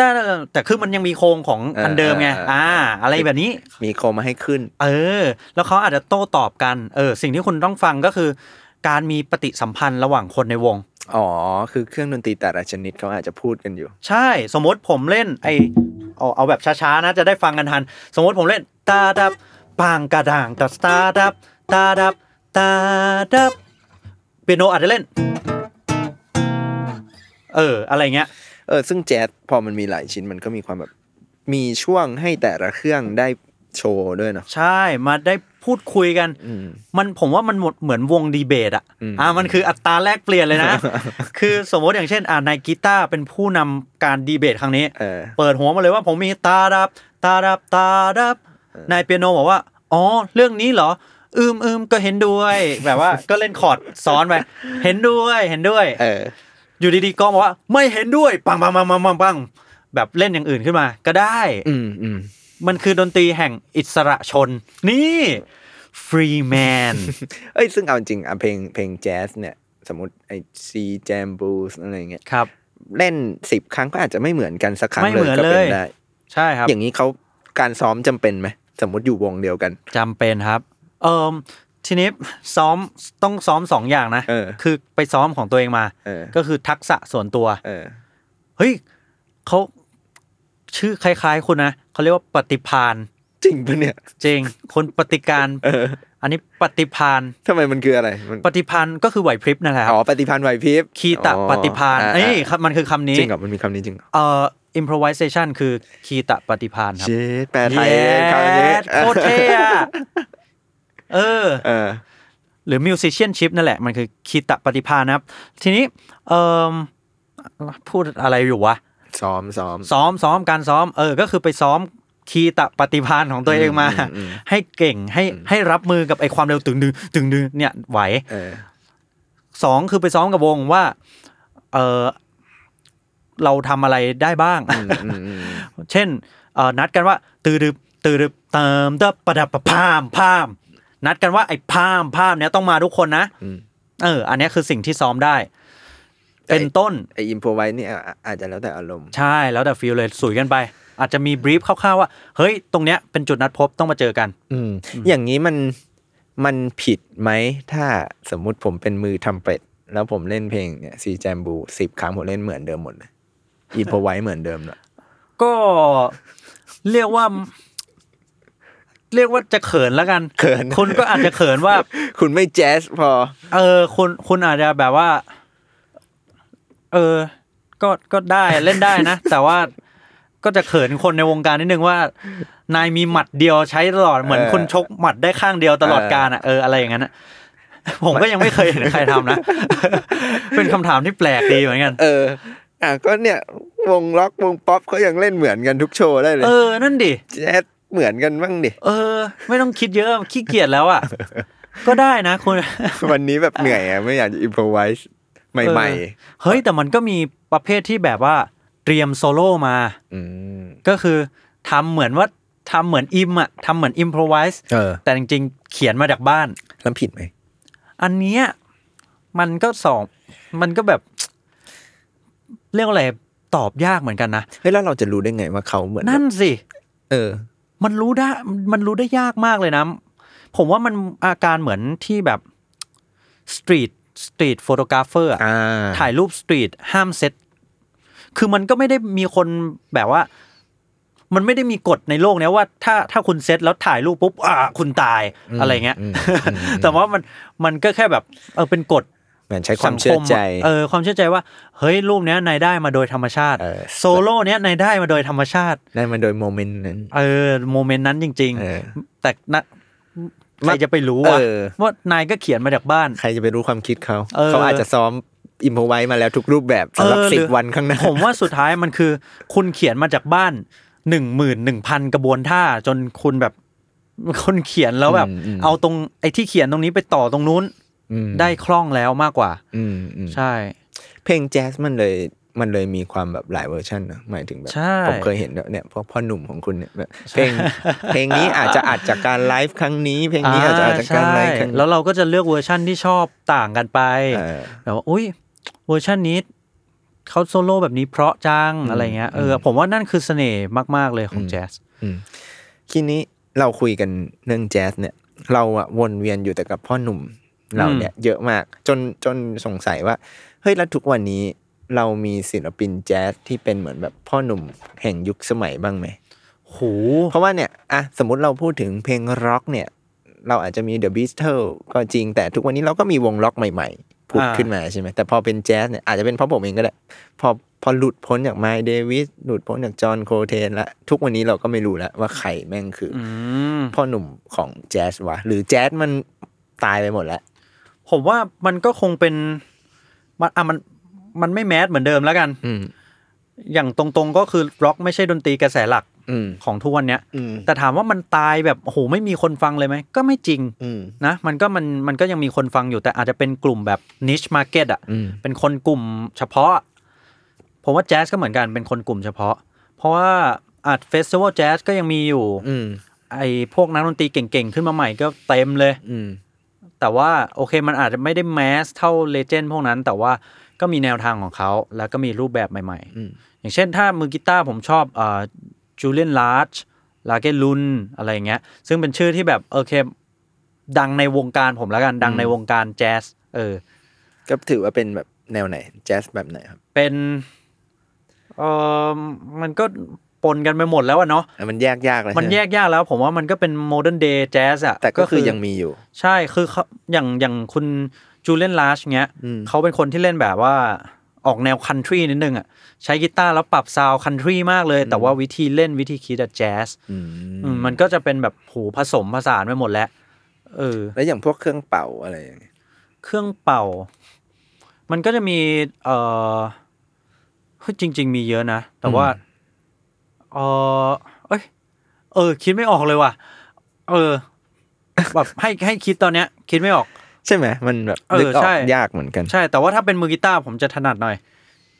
S3: าดาแต่คือมันยังมีโครงของอันเดิมไงอ่า อะไรแบบนี้
S2: มีโคมมาให้ขึ้น
S3: เออ แล้วเขาอาจจะโต้ตอบกันเออ สิ่งที่คุณต้องฟังก็คือ การมีปฏิสัมพันธ์ระหว่างคนในวง
S2: อ๋อ คือเครื่องดนตรีแต่ละชนิดเขาอาจจะพูดกันอยู่
S3: ใช่สมมติผมเล่น ไอเอาเอาแบบช้าๆนะจะได้ฟังกันทัน สมมติผมเล่นตาดับปางกระด่างตัดตาดับตาดับตาดับเปียโนอาจจะเล่น เออ อะไรเงี้ย
S2: เออ ซึ่งแจ๊สพอมันมีหลายชิ้นมันก็มีความแบบ มีช่วงให้แต่ละเครื่องได้ โชว์ด้วยเนาะ
S3: ใช่มาได้พูดคุยกัน
S2: อืม
S3: มันผมว่ามันหมดเหมือนวงดีเบตอ่ะ
S2: อืม
S3: มันคืออัตราแลกเปลี่ยนเลยนะ คือสมมติอย่างเช่น อ่านายกีตาร์เป็นผู้นำการดีเบตครั้งนี้
S2: เออ
S3: เปิดหัวมาเลยว่าผมมีตาดับ ตาดับตาดับนายเปียโนบอกว่า อ๋อ เรื่องนี้เหรอ อืมอืมก็เห็นด้วย แบบว่าก็เล่นคอร์ดซ้อนไปเห็นด้วยเห็นด้วย
S2: เออ
S3: อยู่ดีๆก็บอกว่า ไม่เห็นด้วยปังปังปังปังปังปังแบบเล่นอย่างอื่นขึ้นมา ก็ได้
S2: อืมอืม
S3: มันคือดนตรีแห่งอิสระชน นี่ free man
S2: เอ้ยซึ่งเอาจริงอ่ะเพลงเพลงแจ๊สเนี่ย สมมติไอซีแจมบูสอะไรเงี้ย
S3: ครับ
S2: เล่นสิบครั้งก็อาจจะไม่เหมือนกันสักครั้ง
S3: ไม่
S2: เล
S3: เหมื
S2: ย
S3: อน
S2: ก็เป็น
S3: เลย
S2: ได้
S3: ใช่ครับ
S2: อย่างนี้เขาการซ้อมจำเป็นไหมสมมติอยู่วงเดียวกัน
S3: จำเป็นครับ เอิมทีนี้ซ้อมต้องซ้อมสองอย่างนะ
S2: เออ
S3: คือไปซ้อมของตัวเองมา
S2: เออ
S3: ก็คือทักษะส่วนตัว
S2: เออ
S3: เฮ้ยเขาชื่อคล้ายๆคุณนะเขาเรียกว่าปฏิพาน
S2: จริงปะเนี่ย
S3: จริง คนปฏิการ
S2: เออ
S3: อันนี้ปฏิพาน
S2: ทำไมมันคืออะไรมัน
S3: ปฏิพานก็คือไหวพริบนั่นแหละครั
S2: อ๋อบ ปฏิพันธ์ไหวพริบ
S3: คีตะ
S2: อ๋อ
S3: ปฏิพาน
S2: อ่ะ
S3: นี่
S2: อ่ะ
S3: ครับมันคือคำนี้
S2: จริงเหรอมันมีคำนี้จริงเหรอ
S3: เอ่อ improvisation คือคีตะปฏิพานครับ
S2: เชดแปลไทยคำนี้
S3: เย้โคตรเท่อะเออ
S2: เออ
S3: หรือ musicianship นั่นแหละ มันคือคีตะปฏิพานนะครับ ทีนี้เออพูดอะไรอยู่วะ
S2: ซ้อมซ้อม
S3: ซ้อมซ้อมการซ้อมเออก็คือไปซ้อมคีตะปฏิพานของตัวเองมา
S2: อืมอืมอืม
S3: ให้เก่งให้ให้รับมือกับไอความเร็วตึงดึงตึงดึงเนี่ยไหว
S2: เออ
S3: สองคือไปซ้อมกับวงว่าเออเราทำอะไรได้บ้าง
S2: อืมอืมอืม
S3: เช่นเอ่อนัดกันว่า ตือรึบตือรึบเติมเดบประดับประพามพาม นัดกันว่าไอ้พามพามเนี้ยต้องมาทุกคนนะ
S2: อืม
S3: เออ อันเนี้ยคือสิ่งที่ซ้อมได้ เป็นต้น
S2: ไออินโฟไว้เนี่ยอ่ะอาจจะแล้วแต่อารมณ์
S3: ใช่ แล้วแต่ฟิลเลยสุยกันไป อาจจะมีบรีฟคร่าวๆว่า เฮ้ย ตรงเนี้ยเป็นจุดนัดพบต้องมาเจอกัน
S2: อืม อย่างนี้มันมันผิดไหม ถ้าสมมุติผมเป็นมือทำเป็ด แล้วผมเล่นเพลงเนี่ยซีแจมบูสิบครั้งผมเล่นเหมือนเดิมหมดเลยอินโฟไว้เหมือนเดิมเนอะ
S3: ก็เรียกว่า เรียกว่าจะ เขินแล้วกัน
S2: เขิน
S3: คุณก็อาจจะเขินว่า
S2: คุณไม่แจ๊สพอ
S3: เออคุณคุณอาจจะแบบว่า เออ ก็ก็ได้เล่นได้นะ แต่ว่าก็จะเขินคนในวงการนิดนึงว่า นายมีหมัดเดียวใช้ตลอดเหมือน
S2: เออ
S3: คนชกหมัดได้ข้างเดียวตลอด
S2: เออ
S3: การอ่ะเอออะไรอย่างนั้นอะผมก็ยังไม่ เคยเห็นใครทำนะ เป็นคำถามที่แปลกดีเหมื อนกัน
S2: เออ อ่ะก็เนี่ยวงล็อกวงป๊อปเขายังเล่นเหมือนกันทุกโชว์ได้เลย
S3: เออ นั่นดิ
S2: แจ๊สเหมือนกันบ้างดิ
S3: เออ ไม่ต้องคิดเยอะขี้เกียจแล้วอ่ะ ก็ได้นะคุณ
S2: วันนี้แบบเหนื่อยอ่ะไม่อยากจะอินโฟไว้ใหม่
S3: เฮ้ย แต่มันก็มีประเภทที่แบบว่า เตรียมโซโล่มา
S2: ๆ อืม
S3: ก็คือทำเหมือนว่าทำเหมือนอิมอะทำเหมือนอิมพรไวส์
S2: เออ
S3: แต่จริงๆ เขียนมาจากบ้าน
S2: แล้วผิดไหม
S3: อันเนี้ยมันก็สองมันก็แบบ เรียกว่าอะไรตอบยากเหมือนกันนะ
S2: เฮ้ยแล้วเราจะรู้ได้ไงว่าเขาเหมือน
S3: นั่นสิ
S2: เออ
S3: มันรู้ได้มันรู้ได้ยากมากเลยนะ ผมว่ามันอาการเหมือนที่แบบสตรีทสตรีทโฟโตกราฟเฟอร์
S2: อ่า
S3: ถ่ายรูปสตรีทห้ามเซ็ตคือมันก็ไม่ได้มีคนแบบว่า มันไม่ได้มีกฎในโลกเนี้ยว่าถ้าถ้าคุณเซ็ตแล้วถ่ายรูปปุ๊บอ่าคุณตายอะไรเงี้ย
S2: อืม
S3: แต่ว่ามันมันก็แค่แบบเออเป็นกฎ
S2: เหมือนใช้ความเชื่อใจ
S3: สังคมะเออความเชื่อใจว่า เฮ้ยรูปเนี้ยนายได้มาโดยธรรมชาติ
S2: เออ
S3: โซโล่เนี้ยนายได้มาโดยธรรมชาติ
S2: ได้มาโดยโมเมนต์นั้น
S3: เออโมเมนต์นั้นจริง
S2: เออ
S3: ๆ แต่นะใครจะไปรู้วะ
S2: เออ
S3: ว่านายก็เขียนมาจากบ้าน
S2: ใครจะไปรู้ความคิดเขา
S3: เออ
S2: เขาอาจจะซ้อมอิมพอไว้มาแล้วทุกรูปแบบสำหรับ
S3: เออ
S2: สิบ
S3: รือ
S2: วันข้างหน้า
S3: ผมว่าสุดท้ายมันคือ คุณเขียนมาจากบ้านหนึ่งหมื่นหนึ่งพันกระบวนท่า จนคุณแบบ คนเขียนแล้วแบบ
S2: อืมอืม
S3: เอาตรงไอ้ที่เขียนตรงนี้ไปต่อตรงนู้น
S2: อืม
S3: ได้คล่องแล้วมากกว่า
S2: อืมอืม
S3: ใช่
S2: เพลงแจ๊สมันเลยมันเลยมีความแบบหลายเวอร์ชันนะหมายถึงแบบ
S3: ใช่
S2: ผมเคยเห็นเนี่ยพวกพ่อหนุ่มของคุณเนี่ยแบบเพลงเพลงนี้อาจจะอัดจากการไลฟ์ครั้งนี้ เพลงนี้อาจจะอัดจากการไล
S3: ใช่
S2: ฟ์ครั้งนี้
S3: แล้วเราก็จะเลือกเวอร์ชั่นที่ชอบต่างกันไป
S2: เออ
S3: แบบว่าอุ้ยเวอร์ชันนี้เขาโซโล่แบบนี้เพราะจังอะไรเงี้ยเอออผมว่านั่นคือเสน่ห์มาก ๆ เลยของแจ๊ส
S2: ทีนี้เราคุยกันเรื่องแจ๊สเนี่ย เราอะวนเวียนอยู่แต่กับพ่อหนุ่มเราเนี่ยเยอะมาก จนจนสงสัยว่าเฮ้ยแล้วทุกวันนี้ เรามีศิลปินแจ๊สที่เป็นเหมือนแบบพ่อหนุ่มแห่งยุคสมัยบ้างไหม
S3: โห
S2: เพราะว่าเนี่ยอะสมมติเราพูดถึงเพลงร็อกเนี่ย เราอาจจะมี The Beatles ก็จริงแต่ทุกวันนี้เราก็มีวงร็อกใหม่ ผุดขึ้นมาใช่ไหมแต่พอเป็นแจ๊สเนี่ยอาจจะเป็นเพราะผมเองก็ได้ พอพอหลุดพ้นจากไมเดวิสหลุดพ้นจากจอห์นโคเทนละทุกวันนี้เราก็ไม่รู้แล้วว่าใครแม่งคืออ
S3: อืม
S2: พ่อหนุ่มของแจ๊สวะ หรือแจ๊สมันตายไปหมดแล้ว
S3: ผมว่ามันก็คงเป็นมันอ่ะมันมันไม่แมสเหมือนเดิมแล้วกัน
S2: อืม
S3: อย่างตรงๆก็คือร็อกไม่ใช่ดนตรีกระแสหลัก
S2: อืม
S3: ของทุกวันเนี้ย
S2: อืม
S3: แต่ถามว่ามันตายแบบโอ้โหไม่มีคนฟังเลยไหมก็ไม่จริง
S2: อืม
S3: นะมันก็มันมันก็ยังมีคนฟังอยู่แต่อาจจะเป็นกลุ่มแบบนิชมาร์เก็ตอ่ะ
S2: อืม
S3: เป็นคนกลุ่มเฉพาะ ผมว่าแจ๊สก็เหมือนกันเป็นคนกลุ่มเฉพาะ เพราะว่าอาจเฟสติวัลแจ๊สก็ยังมีอยู่
S2: อืม
S3: ไอ้พวกนักดนตรีเก่งๆ ขึ้นมาใหม่ก็เต็มเลย
S2: อืม
S3: แต่ว่าโอเคมันอาจจะไม่ได้แมสเท่าเลเจนด์พวกนั้น แต่ว่าก็มีแนวทางของเขาแล้วก็มีรูปแบบใหม่
S2: อืม
S3: ๆ อย่างเช่นถ้ามือกีตาร์ผมชอบเอ่อจูเลียนลาร์ชลาเกลุนอะไรอย่างเงี้ย ซึ่งเป็นชื่อที่แบบโอเค ดังในวงการผมแล้วกันดังในวงการแจ๊สเออ
S2: ก็ถือว่าเป็นแบบแนวไหน แจ๊สแบบไหนครับ
S3: เป็นเออมันก็ปนกันไปหมดแล้วอะเนาะ
S2: อ่ะมันแยกยากเลย
S3: มันแยกยากแล้ว ผมว่ามันก็เป็นโมเดิร์นเดย์แจ๊สอะ
S2: แต่ก็คือยังมีอยู่
S3: ใช่คือเขาอย่างอย่างคุณจูเลียนลาชเงี้ย
S2: อืม
S3: เขาเป็นคนที่เล่นแบบว่าออกแนวคันทรีนิดนึงอะใช้กีตาร์แล้วปรับซาวคันทรีมากเลย แต่ว่าวิธีเล่นวิธีคิดอะแจ๊ส
S2: อื
S3: อืม
S2: ม
S3: มันก็จะเป็นแบบโหผสมผสานไปหมดแล้วเออ
S2: แล้วอย่างพวกเครื่องเป่าอะไรอย่างเงี้ย
S3: เครื่องเป่า มันก็จะมี เออเฮ้ยจริง ๆ มีเยอะนะ แต่ว่า เออเอ้ย เออ คิดไม่ออกเลยว่ะ เออ แบบให้ให้คิดตอนเนี้ย คิดไม่ออก
S2: ใช่ไหมมันแบบ
S3: เออ
S2: นึกออ
S3: ใช่
S2: กยากเหมือนกัน
S3: ใช่ แต่ว่าถ้าเป็นมือกีตาร์ผมจะถนัดหน่อย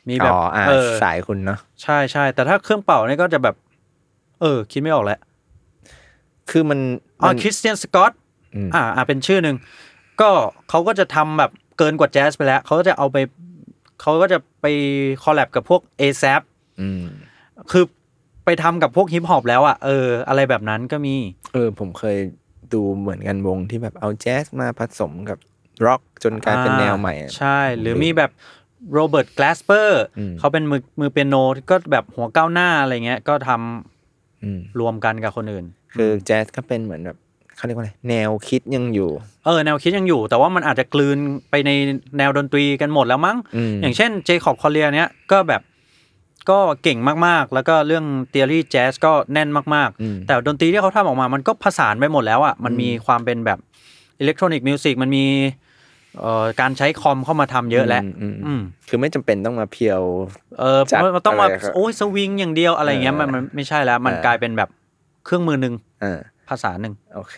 S3: มีแบบ
S2: อ๋ออ่ะ
S3: เออ
S2: สายคุณเนาะ
S3: ใช่ใช่ แต่ถ้าเครื่องเป่าเนี่ยก็จะแบบ เออ คิดไม่ออกแหละ
S2: คือมัน
S3: อ๋อ
S2: มัน
S3: คริสเตียนสกอต
S2: อืม
S3: อ่าอ่าเป็นชื่อหนึ่งก็เขาก็จะทำแบบเกินกว่าแจ๊สไปแล้ว เขาก็จะเอาไปเขาก็จะไปคอลแลบกับพวก a s a p
S2: อืม
S3: คือไปทำกับพวกฮิปฮอปแล้วอะ่ะเออ อะไรแบบนั้นก็มี
S2: เออผมเคยดูเหมือนกันวงที่แบบเอาแจ๊สมาผสมกับร็อกจนกลายเป็นแนวใหม่อะ
S3: ใช่ หรือมีแบบโรเบิร์ต l กลสเปอร์
S2: อืม
S3: เขาเป็นมือมือเปียโนก็แบบหัวก้าวหน้าอะไรเงี้ย ก็ทำ
S2: อืม
S3: รวมกันกับคนอื่น
S2: คือแจ๊สก็เป็นเหมือนแบบเขาเรียกว่าอะไรแนวคิดยังอยู่
S3: เออ แนวคิดยังอยู่ แต่ว่ามันอาจจะกลืนไปในแนวดนตรีกันหมดแล้วมั้ง
S2: อืม
S3: อย่างเช่นเจคอบคอเลียเนี้ยก็แบบก็เก่งมากๆ แล้วก็เรื่องเทอรี่แจ๊สก็แน่นมาก
S2: อืม
S3: ๆ แต่ดนตรีที่เขาทำออกมามันก็ผสานไปหมดแล้วอ่ะมันมีความเป็นแบบอิเล็กทรอนิกส์มิวสิกมันมีเอ่อการใช้คอมเข้ามาทำเยอะแล้ว
S2: อืมอื
S3: อื
S2: ม
S3: ม
S2: คือไม่จำเป็นต้องมาเพียว
S3: เออ
S2: จัด
S3: มันต้องมา
S2: อะไรครับ
S3: โอ้ยสวิงอย่างเดียวอะไรอย่างเงี้ยมันมันไม่ใช่แล้ว มัน
S2: เออ
S3: กลายเป็นแบบเครื่องมือหนึ่ง
S2: อ่า
S3: ภาษาหนึ่ง
S2: โอเค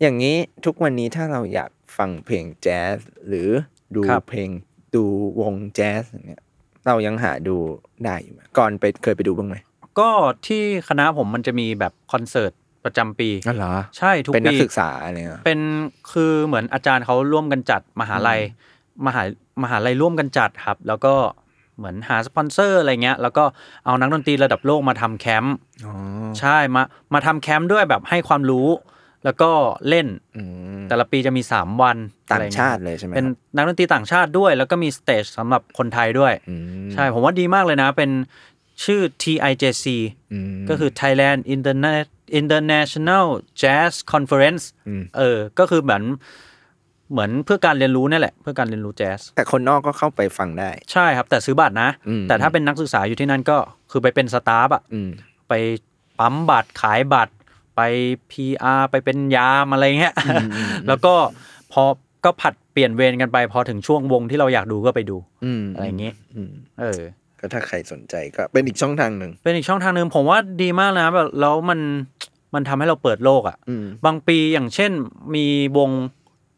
S2: อย่างนี้ทุกวันนี้ถ้าเราอยากฟังเพลงแจ๊สหรือดูเพลงดูวงแจ๊สอย่างเงี้ยเรายังหาดูได้อยู่ไหมก่อนไปเคยไปดูบ้างไหม
S3: ก็ที่คณะผมมันจะมีแบบคอนเสิร์ตประจำปี
S2: อ๋อเหรอ
S3: ใช่ทุกปี
S2: เป็นนักศึกษาอะไรเงี้ย
S3: เป็นคือเหมือนอาจารย์เขาร่วมกันจัดมหาลัยมหามหาลัยร่วมกันจัดครับ แล้วก็เหมือนหาสปอนเซอร์อะไรเงี้ย แล้วก็เอานักดนตรีระดับโลกมาทำแคมป์ใช่มามาทำแคมป์ด้วยแบบให้ความรู้ แล้วก็เล่น
S2: อืม
S3: แต่ละปีจะมี 3 วัน
S2: ต่างชาติ
S3: อะไร
S2: เลยใช่ไหม
S3: เงี้ยเป็นนักดนตรีต่างชาติด้วย แล้วก็มีสเตจสำหรับคนไทยด้วย ใช่ ผมว่าดีมากเลยนะ เป็นชื่อ TIJC ก็คือ Thailand Internet International Jazz Conference เออ ก็คือเหมือนเหมือนเพื่อการเรียนรู้นี่แหละ เพื่อการเรียนรู้แจ๊ส
S2: แต่คนนอกก็เข้าไปฟังได้
S3: ใช่ครับ แต่ซื้อบัตรนะ
S2: อืม
S3: แต่ถ้าเป็นนักศึกษาอยู่ที่นั่นก็คือไปเป็นสตาฟอะ
S2: อืม
S3: ไปปั๊มบัตรขายบัตร ไป PR ไปเป็นยามอะไรเงี้ย แล้วก็พอก็ผัดเปลี่ยนเวรกันไป พอถึงช่วงวงที่เราอยากดูก็ไปดู
S2: อืม
S3: อะไรอย่างงี้
S2: อืม
S3: เออ
S2: ก็ถ้าใครสนใจก็เป็นอีกช่องทางหนึ่ง
S3: เป็นอีกช่องทางหนึ่งผมว่าดีมากนะแบบแล้วมันมันทำให้เราเปิดโลกอะ่ะ
S2: อืม
S3: บางปีอย่างเช่นมีวง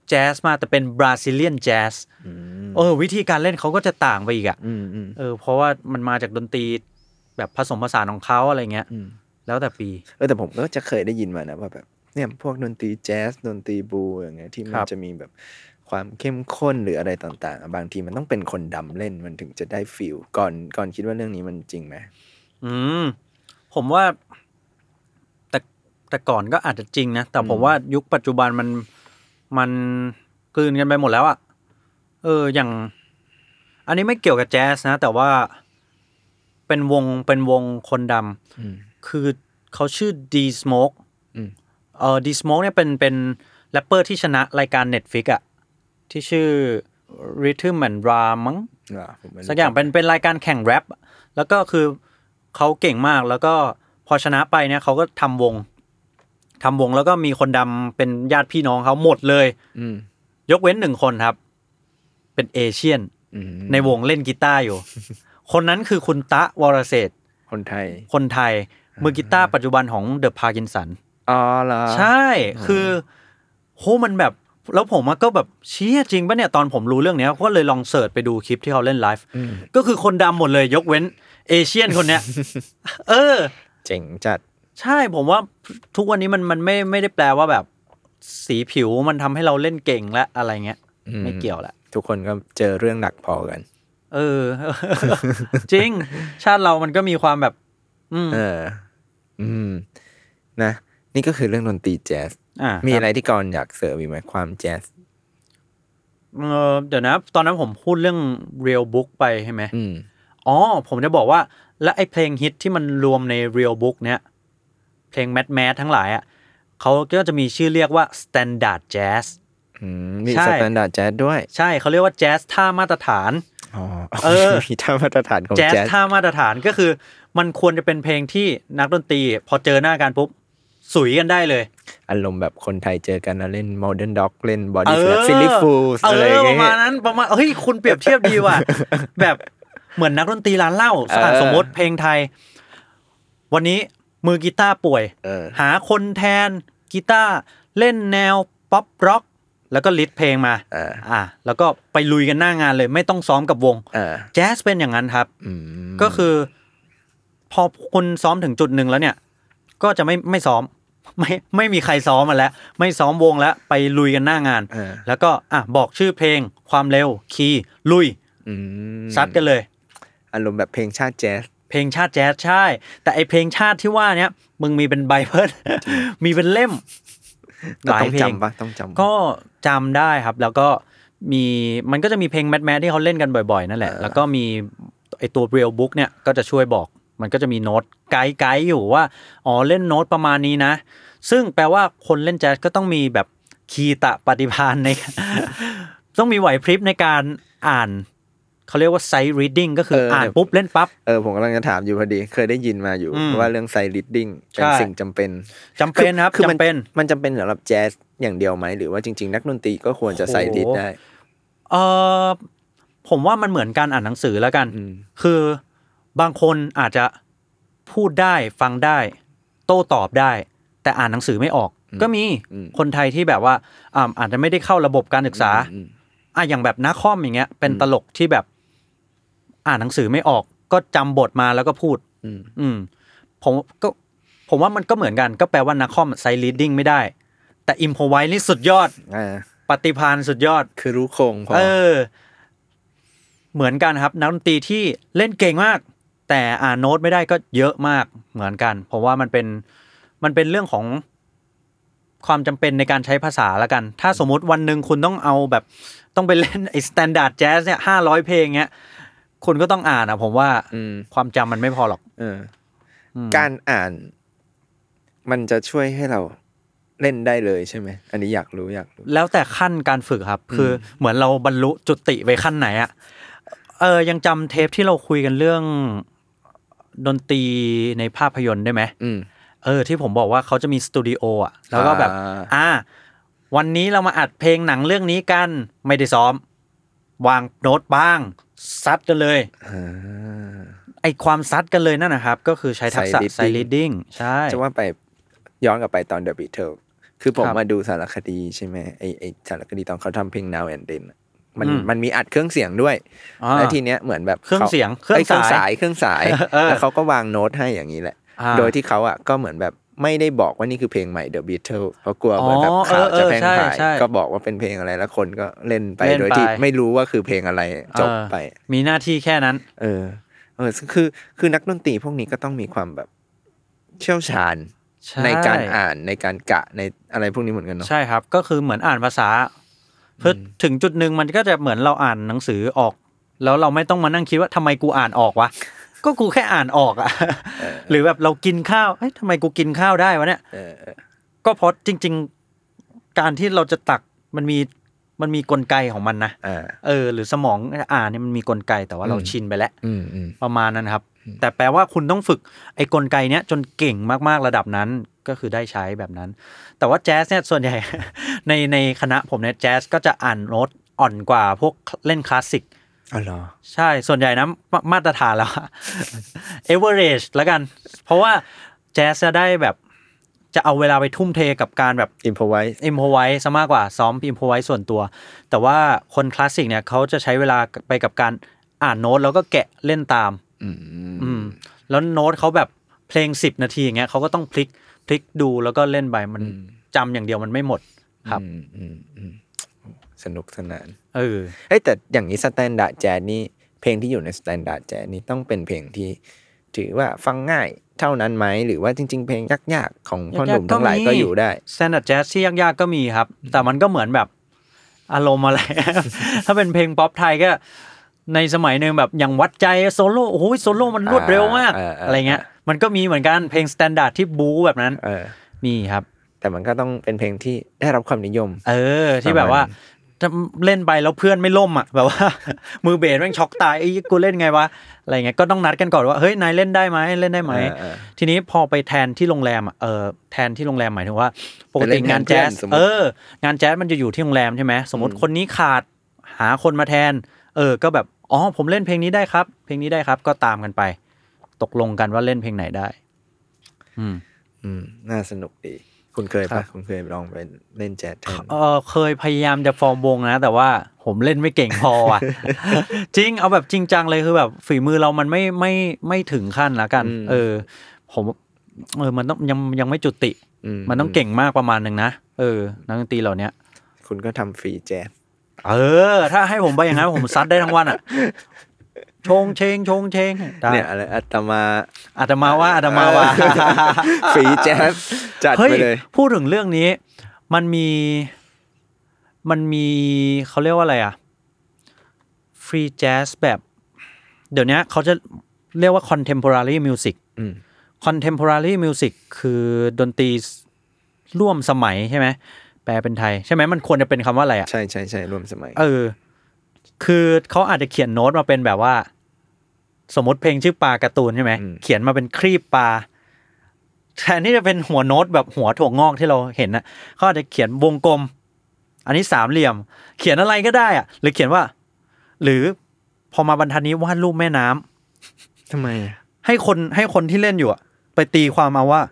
S3: แจ๊สมาแต่เป็นบราซิเลียนแจ๊สเออ วิธีการเล่นเขาก็จะต่างไปอีกอะ่ะ
S2: อืมอืม
S3: เออเพราะว่ามันมาจากดนตรีแบบผสมผสานของเขาอะไรเงี้ย
S2: อืม
S3: แล้วแต่ปี
S2: เออแต่ผมก็จะเคยได้ยินมานะว่าแบบเนี่ยพวกดนตรีแจ๊สดนตรีบลูอย่างเงี้ยที่มั
S3: คน รับ
S2: จะมีแบบความเข้มข้นหรืออะไรต่างๆอ่ะบางทีมันต้องเป็นคนดำเล่นมันถึงจะได้ฟิลก่อนก่อนคิดว่าเรื่องนี้มันจริงไหม
S3: อืมผมว่า แต่แต่ก่อนก็อาจจะจริงนะ แต่ผมว่ายุคปัจจุบันมันมันกลืนกันไปหมดแล้วอะเอออย่าง อันนี้ไม่เกี่ยวกับแจ๊สนะ แต่ว่าเป็นวงเป็นวงคนด
S2: อืม
S3: ำคือเขาชื่อ D Smoke
S2: อืม
S3: เออ D Smoke เนี่ยเป็นเป็นแรปเปอร์ที่ชนะรายการ Netflix อะที่ชื่อ ริทึมแอนดรามั้ง
S2: อ่ะผมไม่รู้
S3: สักอย่างเป็นเป็นรายการแข่งแรปแล้วก็คือเขาเก่งมากแล้วก็พอชนะไปเนี่ยเขาก็ทำวงทำวงแล้วก็มีคนดำเป็นญาติพี่น้องเขาหมดเลย
S2: อืม
S3: ยกเว้นหนึ่งคนครับ เป็นเอเชียน
S2: อืม
S3: ในวงเล่นกีตาร์อยู่ คนนั้นคือคุณตะวรเศรษฐ์
S2: คนไทย
S3: คนไทย มือกีตาร์ปัจจุบันของเดอะพาร์กินสัน
S2: อ๋อเหรอ
S3: ใช่ คือโหมันแบบ แล้วผมอะก็แบบเชี่ยจริงปะเนี่ย ตอนผมรู้เรื่องเนี้ยก็เลยลองเสิร์ชไปดูคลิปที่เขาเล่นไลฟ์
S2: อืม
S3: ก็คือคนดำหมดเลยยกเว้นเอเชียนคน เนี้ย เออ
S2: เจ๋งจัด
S3: ใช่ผมว่าทุกวันนี้มันมันไม่ไม่ได้แปลว่าแบบ สีผิวมันทำให้เราเล่นเก่งและอะไรเงี้ย
S2: อืม
S3: ไม่เกี่ยวละ
S2: ทุกคนก็เจอเรื่องหนักพอกัน
S3: เออ จริง ชาติเรามันก็มีความแบบ อืม
S2: เออ อืม นะ นี่ก็คือเรื่องดนตรีแจ๊ส
S3: อ่า
S2: มี
S3: มี
S2: อะไรที่ก่อนอยากเสริมอีกไหมความแจ๊ส
S3: เออเดี๋ยวนะ ตอนนั้นผมพูดเรื่องเรียลบุ๊กไปใช่ไหม
S2: อืม
S3: อ๋อ ผมจะบอกว่า และไอ้เพลงฮิตที่มันรวมใน Real Book เนี่ย เพลงแมสแมสทั้งหลายอ่ะเขาก็จะมีชื่อเรียกว่า Standard Jazz
S2: อืม มี
S3: ใช่
S2: สแตนดาร์ดแจ๊สด้วย
S3: ใช่เขาเรียกว่าแจ๊สท่ามาตรฐาน
S2: อ๋อ
S3: เออ
S2: มีท่ามาตรฐานของ
S3: แจ๊ส
S2: แจ๊ส
S3: ท่ามาตรฐานก็คือ มันควรจะเป็นเพลงที่นักดนตรี พอเจอหน้ากันปุ๊บ สุยกันได้เลย
S2: อารมณ์แบบคนไทยเจอกันแล้วเล่น Modern Dog เล่น
S3: เอ
S2: Body
S3: อ
S2: Slap Silly Fools
S3: เอ
S2: อะไรอ
S3: อย่างป
S2: เงี้
S3: ระมาณ
S2: ย
S3: นั้นประมาณเฮ้ย คุณเปรียบเทียบดี ว่ะ แบบเหมือนนักดนตรีร้านเหล้า
S2: เออ
S3: สมมติเพลงไทย วันนี้มือกีตาร์ป่วย
S2: เออ
S3: หาคนแทนกีตาร์เล่นแนวป๊อปร็อกแล้วก็ลิดเพลงมา
S2: เออ
S3: อ่ะแล้วก็ไปลุยกันหน้างานเลย ไม่ต้องซ้อมกับวง
S2: เออ
S3: แจ๊สเป็นอย่างนั้นครับ
S2: อืม
S3: ก็คือ พอคนซ้อมถึงจุดหนึ่งแล้วเนี่ย ก็จะไม่ไม่ซ้อม ไม่ไม่มีใครซ้อมมาแล้ว ไม่ซ้อมวงแล้วไปลุยกันหน้างาน
S2: เออ
S3: แล้วก็อ่ะบอกชื่อเพลง ความเร็วคีย์ลุย
S2: อืม
S3: ซัดกันเลย
S2: อารมณ์แบบเพลงชาติแจ๊ส
S3: เพลงชาติแจ๊สใช่ แต่ไอเพลงชาติที่ว่าเนี้ยมึงมีเป็นใบเพิ่น มีเป็นเล่ม หลาย
S2: ต้อง
S3: เพลง
S2: จำปะต้องจำปะ
S3: ก็จำได้ครับ แล้วก็มีมันก็จะมีเพลงแมทแมทที่เขาเล่นกันบ่อยๆ นั่นแหละ
S2: เออ
S3: แล้วก็มีไอตัวเรียลบุ๊กเนี่ยก็จะช่วยบอก มันก็จะมีโน้ตไกด์ไกด์อยู่ว่า อ๋อเล่นโน้ตประมาณนี้นะ ซึ่งแปลว่าคนเล่นแจ๊สก็ต้องมีแบบคีตะปฏิภาณใน ต้องมีไหวพริบในการอ่าน เขาเรียกว่าไซรีดดิ้งก็คือ
S2: เอออ่
S3: อ่านปุ๊บเล่นปั๊บ
S2: เออ ผมกำลังจะถามอยู่พอดี เคยได้ยินมาอยู่
S3: อืม
S2: ว่าเรื่องไซริดดิ้งเป็
S3: ใช่
S2: นสิ่งจำเป็น
S3: จำเป็นครับ
S2: อ
S3: จำ
S2: มั
S3: เป็น
S2: มันจำเป็นสำหรับแจ๊สอย่างเดียวไหม หรือว่าจริง ๆ นักดนตรีก็ควรจะไซริดได้
S3: เออผมว่ามันเหมือนการอ่านหนังสือแล้วกัน
S2: อืม
S3: คือบางคนอาจจะพูดได้ฟังได้ โต้ตอบได้ แต่อ่านหนังสือไม่ออก ก็มี
S2: อืม
S3: คนไทยที่แบบว่าอ่าอาจจะไม่ได้เข้าระบบการศึกษา
S2: อืม
S3: อ่ะอย่างแบบนักคอมอย่างเงี้ย เป็นตลกที่แบบอ่านหนังสือไม่ออก ก็จำบทมาแล้วก็พูด
S2: อืม
S3: อืมผมก็ผมว่ามันก็เหมือนกัน ก็แปลว่านักคอมไซรีดดิ้งไม่ได้ แต่อิมพอไว้นี่สุดยอด
S2: อ่า
S3: ปฏิพานสุดยอด
S2: คือรู้โครงพอ
S3: เออ เหมือนกันครับนักดนตรีที่เล่นเก่งมาก แต่อ่านโน้ตไม่ได้ก็เยอะมากเหมือนกัน เพราะว่ามันเป็นมันเป็นเรื่องของความจำเป็นในการใช้ภาษาละกัน ถ้าสมมติวันหนึ่งคุณต้องเอาแบบ ต้องไปเล่น ไอ้สแตนดาร์ดแจ๊สเนี่ยห้าร้อยเพลงเงี้ยคุณก็ต้องอ่านอ่ะ ผมว่า
S2: อืม
S3: ความจำมันไม่พอหรอก
S2: เอออ
S3: ม
S2: การอ่านมันจะช่วยให้เราเล่นได้เลยใช่ไหม อันนี้อยากรู้อยากรู้
S3: แล้วแต่ขั้นการฝึกครับ คือเหมือนเราบรรลุจุติไปขั้นไหนอะเออยังจำเทปที่เราคุยกันเรื่องดนตรีในภาพยนตร์ได้ไหม
S2: อืม
S3: เออ ที่ผมบอกว่าเขาจะมีสตูดิโออะแล้วก็แบบ
S2: อ่า
S3: อ่า วันนี้เรามาอัดเพลงหนังเรื่องนี้กัน ไม่ได้ซ้อม วางโน้ตบ้าง ซัดกันเลย
S2: อ่า
S3: ไอความซัดกันเลยนั่นนะครับ ก็คือใช้ทักษะ
S2: Side reading
S3: ไซรีดดิ้งใช่
S2: จะว่าไปย้อนกลับไปตอนเดอะบิทเทิลคือผม
S3: ครับ
S2: มาดูสารคดีใช่ไหมไอไอสารคดีตอนเขาทำเพลง Now and Then อะมัน
S3: อืม
S2: มันมีอัดเครื่องเสียงด้วย
S3: อ่า
S2: แล้วทีเนี้ยเหมือนแบบ
S3: เครื่องเสียง
S2: เครื่อง
S3: เครื่องสา
S2: สาย ยเครื่องสาย
S3: เออ
S2: แล้วเขาก็วางโน้ตให้อย่างนี้แหละ
S3: อ่า
S2: โดยที่เขาอ่ะก็เหมือนแบบไม่ได้บอกว่านี่คือเพลงใหม่ The Beatles เพราะกลัวเหมือนแบบ
S3: อ๋อ
S2: ข่าว
S3: เออ
S2: จะแพร่ง
S3: ใช่
S2: พาย
S3: ใช่
S2: ก็บอกว่าเป็นเพลงอะไรแล้วคนก็เล่นไป
S3: เล่น
S2: โดยที่
S3: ไป
S2: ไม่รู้ว่าคือเพลงอะไรจบไป
S3: เออมีหน้าที่แค่นั้น
S2: เออ เออซึ่งคือคือนักดนตรีพวกนี้ก็ต้องมีความแบบเชี่ยวชาญ
S3: ช่
S2: ในการอ่านในการกะในอะไรพวกนี้เหมือนกันเนาะ
S3: ใช่ครับ ก็คือเหมือนอ่านภาษาเพื่อถึงจุดหนึ่งมันก็จะเหมือนเราอ่านหนังสือออก แล้วเราไม่ต้องมานั่งคิดว่าทำไมกูอ่านออกวะ ก็กูแค่อ่านออกอะหรือแบบเรากินข้าวเอ้ยทำไมกูกินข้าวได้วะเนี่ย
S2: เออเออ
S3: ก็เพราะจริง ๆ การที่เราจะตักมันมี มันมีกลไกของมันนะ
S2: อ่า
S3: เออ หรือสมองอ่านเนี่ยมันมีกลไกแต่ว่าเรา
S2: อืม
S3: ชินไปแล้ว
S2: อืมอืม
S3: ประมาณนั้นครับ แต่แปลว่าคุณต้องฝึกไอ้กลไกเนี้ยจนเก่งมากๆระดับนั้นก็คือได้ใช้แบบนั้น แต่ว่าแจ๊สเนี่ยส่วนให ญ่ ในในคณะผมเนี่ยแจ๊สก็จะอ่านโน้ตอ่อนกว่าพวกเล่นคลาสสิก
S2: อ๋อเหรอ
S3: ใช่ ส่วนใหญ่นะมามาตรฐาน แล้วเอเวอเรจแล้วกัน เพราะว่าแจ๊สจะได้แบบจะเอาเวลาไปทุ่มเทกับการแบบ
S2: อินพอไว้
S3: อิมพอไว้ซะมากกว่าซ้อมอิมพอไว้ส่วนตัว แต่ว่าคนคลาสสิกเนี่ยเขาจะใช้เวลาไปกับการอ่านโน้ตแล้วก็แกะเล่นตาม อืมแล้วโน้ตเขาแบบเพลงสิบนาทีอย่างเงี้ยเขาก็ต้องพลิกพลิกดูแล้วก็เล่นไปมัน
S2: อืม
S3: จำอย่างเดียวมันไม่หมด ครับ
S2: อืมอืมอืมสนุกสนาน
S3: เออ
S2: เอ้ยแต่อย่างนี้สแตนดาร์ดแจ๊นี่ เพลงที่อยู่ในสแตนดาร์ดแจ๊นี่ต้องเป็นเพลงที่ ถือว่าฟังง่ายเท่านั้นไหม หรือว่าจริง ๆ เพลงยากๆ ของพ่อหนุ่ม
S3: ยากๆก็
S2: ทั้งหลาย
S3: มี
S2: ก็อยู่ได้
S3: s แ a นด a r d ดแจ๊สที่ยากๆก็มีครับ แต่มันก็เหมือนแบบอารมณ์อะไร ถ้าเป็นเพลงป๊อปไทยก็ ในสมัยหนึ่งแบบอย่างวัดใจโซโล่โอ้โหโซโล่มันรวดเร็วมาก
S2: อ่าอ่าอ่า
S3: อะไรเงี้ย มันก็มีเหมือนกันเพลงสแตนดาร์ดที่บู๊แบบนั้น
S2: เออ
S3: มีครับ
S2: แต่มันก็ต้องเป็นเพลงที่ได้รับความนิยม
S3: เออ ที่แบบว่าถ้าเล่นไปแล้วเพื่อนไม่ล่มอ่ะ แบบว่า มือเบสแม่งช็อกตาย ไอ้ยกูเล่นไงวะอะไรเงี้ยก็ต้องนัดกันก่อนว่าเฮ้ยนายเล่นได้ไหมเล่นได้ไหม
S2: เออเออ
S3: ทีนี้พอไปแทนที่โรงแรมอ่ะเออแทนที่โรงแรมหมายถึงว่า ปกติงานแจ๊ส
S2: ไปเล่นงานเพื่อนสมมุติ
S3: เอองานแจ๊สมันจะอยู่ที่โรงแรมใช่ไหมสมมติคนนี้ขาดหาคนมาแทน เออ ก็แบบอ๋อผมเล่นเพลงนี้ได้ครับ เพลงนี้ได้ครับ ก็ตามกันไป ตกลงกันว่าเล่นเพลงไหนได้ อืม
S2: อืม น่าสนุกดี คุณเคย
S3: ครั
S2: ปะ
S3: บ
S2: คุณเคยลองไปเล่นแจ๊สแทน
S3: เออเคยพยายามจะฟอร์มวงนะ แต่ว่าผมเล่นไม่เก่งพออ่ะ จริงเอาแบบจริงจังเลยคือแบบฝีมือเรามันไม่ไม่ไม่ถึงขั้นละกัน เออ ผมเออมันต้องยังยังไม่จุติ มันต้องเก่งมากประมาณหนึ่งนะเออนักดนตรีเหล่าเนี้ย
S2: คุณก็ทำฟรีแจ๊ส
S3: เออ ถ้าให้ผมไปอย่างนั้น ผมซัดได้ทั้ง วันอ่ะ ชงเชงชงเชงได้
S2: เนี่ยอะไรอัตมา
S3: อาตมาว่าอาตมาว่า
S2: ฟรีแจ๊สจัด
S3: เฮ้ย
S2: ไปเลย
S3: พูดถึงเรื่องนี้ มันมี มันมีเขาเรียกว่าอะไรอะฟรีแจ๊สแบบ เดี๋ยวนี้เขาจะเรียกว่า contemporary music
S2: อืม
S3: contemporary music คือดนตรีร่วมสมัยใช่ไหมแปลเป็นไทย ใช่ไหมมันควรจะเป็นคำว่าอะไรอะ
S2: ใช่ใช่ใช่รวมสมัย
S3: เออ คือเขาอาจจะเขียนโน้ตมาเป็นแบบว่า สมมติเพลงชื่อปลาการ์ตูนใช่ไหม
S2: อืม
S3: เขียนมาเป็นครีบปลาแทนที่จะเป็นหัวโน้ตแบบหัวถั่วงอกที่เราเห็นนะเขาอาจจะเขียนวงกลม อันนี้สามเหลี่ยม เขียนอะไรก็ได้อะหรือเขียนว่า หรือพอมาบรรทัดนี้วาดรูปแม่น้ำ
S2: ทำไมอ่ะ
S3: ให้คนให้คนที่เล่นอยู่อะไปตีความเอาว่า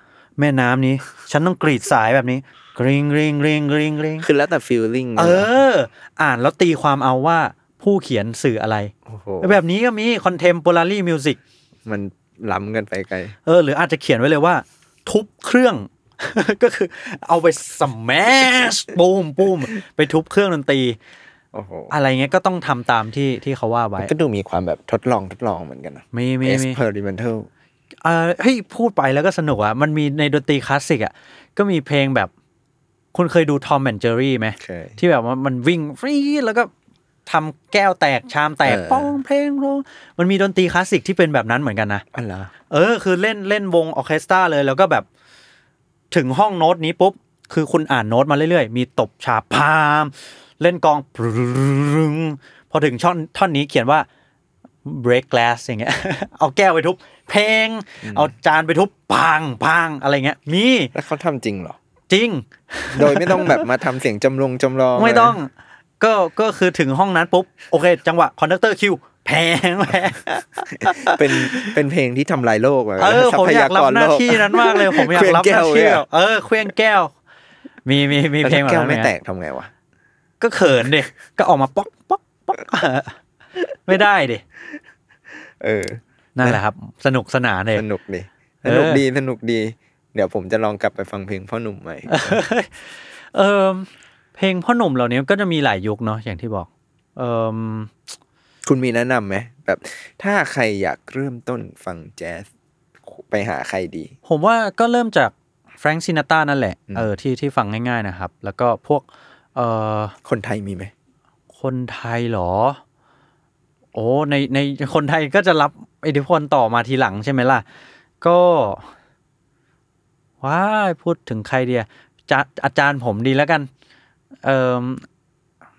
S3: แม่น้ำนี้ ฉันต้องกรีดสายแบบนี้กริงกริงกริงกริงกริง
S2: คือแล้วแต่ฟีลลิ่ง
S3: เออ อ่านแล้วตีความเอาว่า ผู้เขียนสื่ออะไร
S2: โอ้โห
S3: แบบนี้ก็มี contemporary music
S2: มันล้ำกันไปไกล
S3: เออหรืออาจจะเขียนไว้เลยว่า ทุบเครื่อง ก็คือเอาไปสม s h ปูมปูมไปทุบเครื่องดนตรี
S2: โอ้โห
S3: อะไรเงี้ยก็ต้องทำตามที่ที่เขาว่าไว้
S2: มันก็ดูมีความแบบทดลองทดลองเหมือนกันนะ
S3: มีมีมี
S2: experimental
S3: เออเฮ้ยพูดไปแล้วก็สนุกอ่ะ มันมีในดนตรีคลาสสิกอ่ะ ก็มีเพลงแบบ คุณเคยดู Tom and Jerry ไหม
S2: เคย
S3: ที่แบบว่ามันวิ่งฟรีดแล้วก็ทำแก้วแตกชามแตก
S2: เออ
S3: ป้องเพลงร้องมันมีดนตรีคลาสสิกที่เป็นแบบนั้นเหมือนกันนะ
S2: อันเหรอ
S3: เออคือเล่นเล่นวงออร์เคสตราเลยแล้วก็แบบถึงห้องโน้ตนี้ปุ๊บ คือคุณอ่านโน้ตมาเรื่อยๆ มีตบฉาบพาม เล่นกลองปรึงพอถึงช่อนท่อนนี้เขียนว่า break glass อย่างเงี้ย เอาแก้วไปทุบ เพลง เอาจานไปทุบพังพังอะไรเงี้ย มี
S2: แล้วเขาทำจริงเหรอ
S3: จริง
S2: โดยไม่ต้องแบบมาทำเสียงจำลองจำลอง
S3: ไม่ต้องก็ก็คือถึงห้องนั้นปุ๊บ โอเค จังหวะคอนดักเตอร์คิวแพงแพง
S2: เป็นเป็นเพลงที่ทำลายโลกอะ
S3: เออ
S2: ทรั
S3: ผม
S2: พ
S3: อยากรับ
S2: ร
S3: ห
S2: โล
S3: น้าที่นั้นมากเลย ผมอยา
S2: เค
S3: ก
S2: รื่ง
S3: รับห
S2: แก้
S3: น้าว ที่
S2: เนี่ย
S3: แบบเออเครื่องแก้ว มีมีมีเพลง
S2: แล้วถ้าแก้วไม่
S3: ห
S2: แต
S3: เนี่ย
S2: กทำไงวะ
S3: ก็เขินดิก็ออกมาป๊อกป๊อกป๊อก ไม่ได้ดิ
S2: เออ
S3: นั่นแหละครับ สนุกสนานเลย
S2: สนุกดีส
S3: เออ
S2: นุกดีสนุกดี เดี๋ยวผมจะลองกลับไปฟังเพลงพ่อหนุ่มใหม่
S3: เออเพลงพ่อหนุ่มเหล่านี้ก็จะมีหลายยุคเนาะอย่างที่บอก เออ
S2: คุณมีแนะนำไหมแบบ ถ้าใครอยากเริ่มต้นฟังแจ๊สไปหาใครดี
S3: ผมว่าก็เริ่มจากแฟรง k ซินาต้านั่นแหละ
S2: อืม
S3: เออที่ที่ฟังง่าย ๆนะครับ แล้วก็พวกเออ
S2: คนไทยมีไหม
S3: คนไทยเหรอ โอ้ ใน ในคนไทยก็จะรับอิทธิพลต่อมาทีหลังใช่ไหมล่ะ ก็ ว้าย พูดถึงใครเดียจะอาจารย์ผมดีแล้วกัน เอ่อ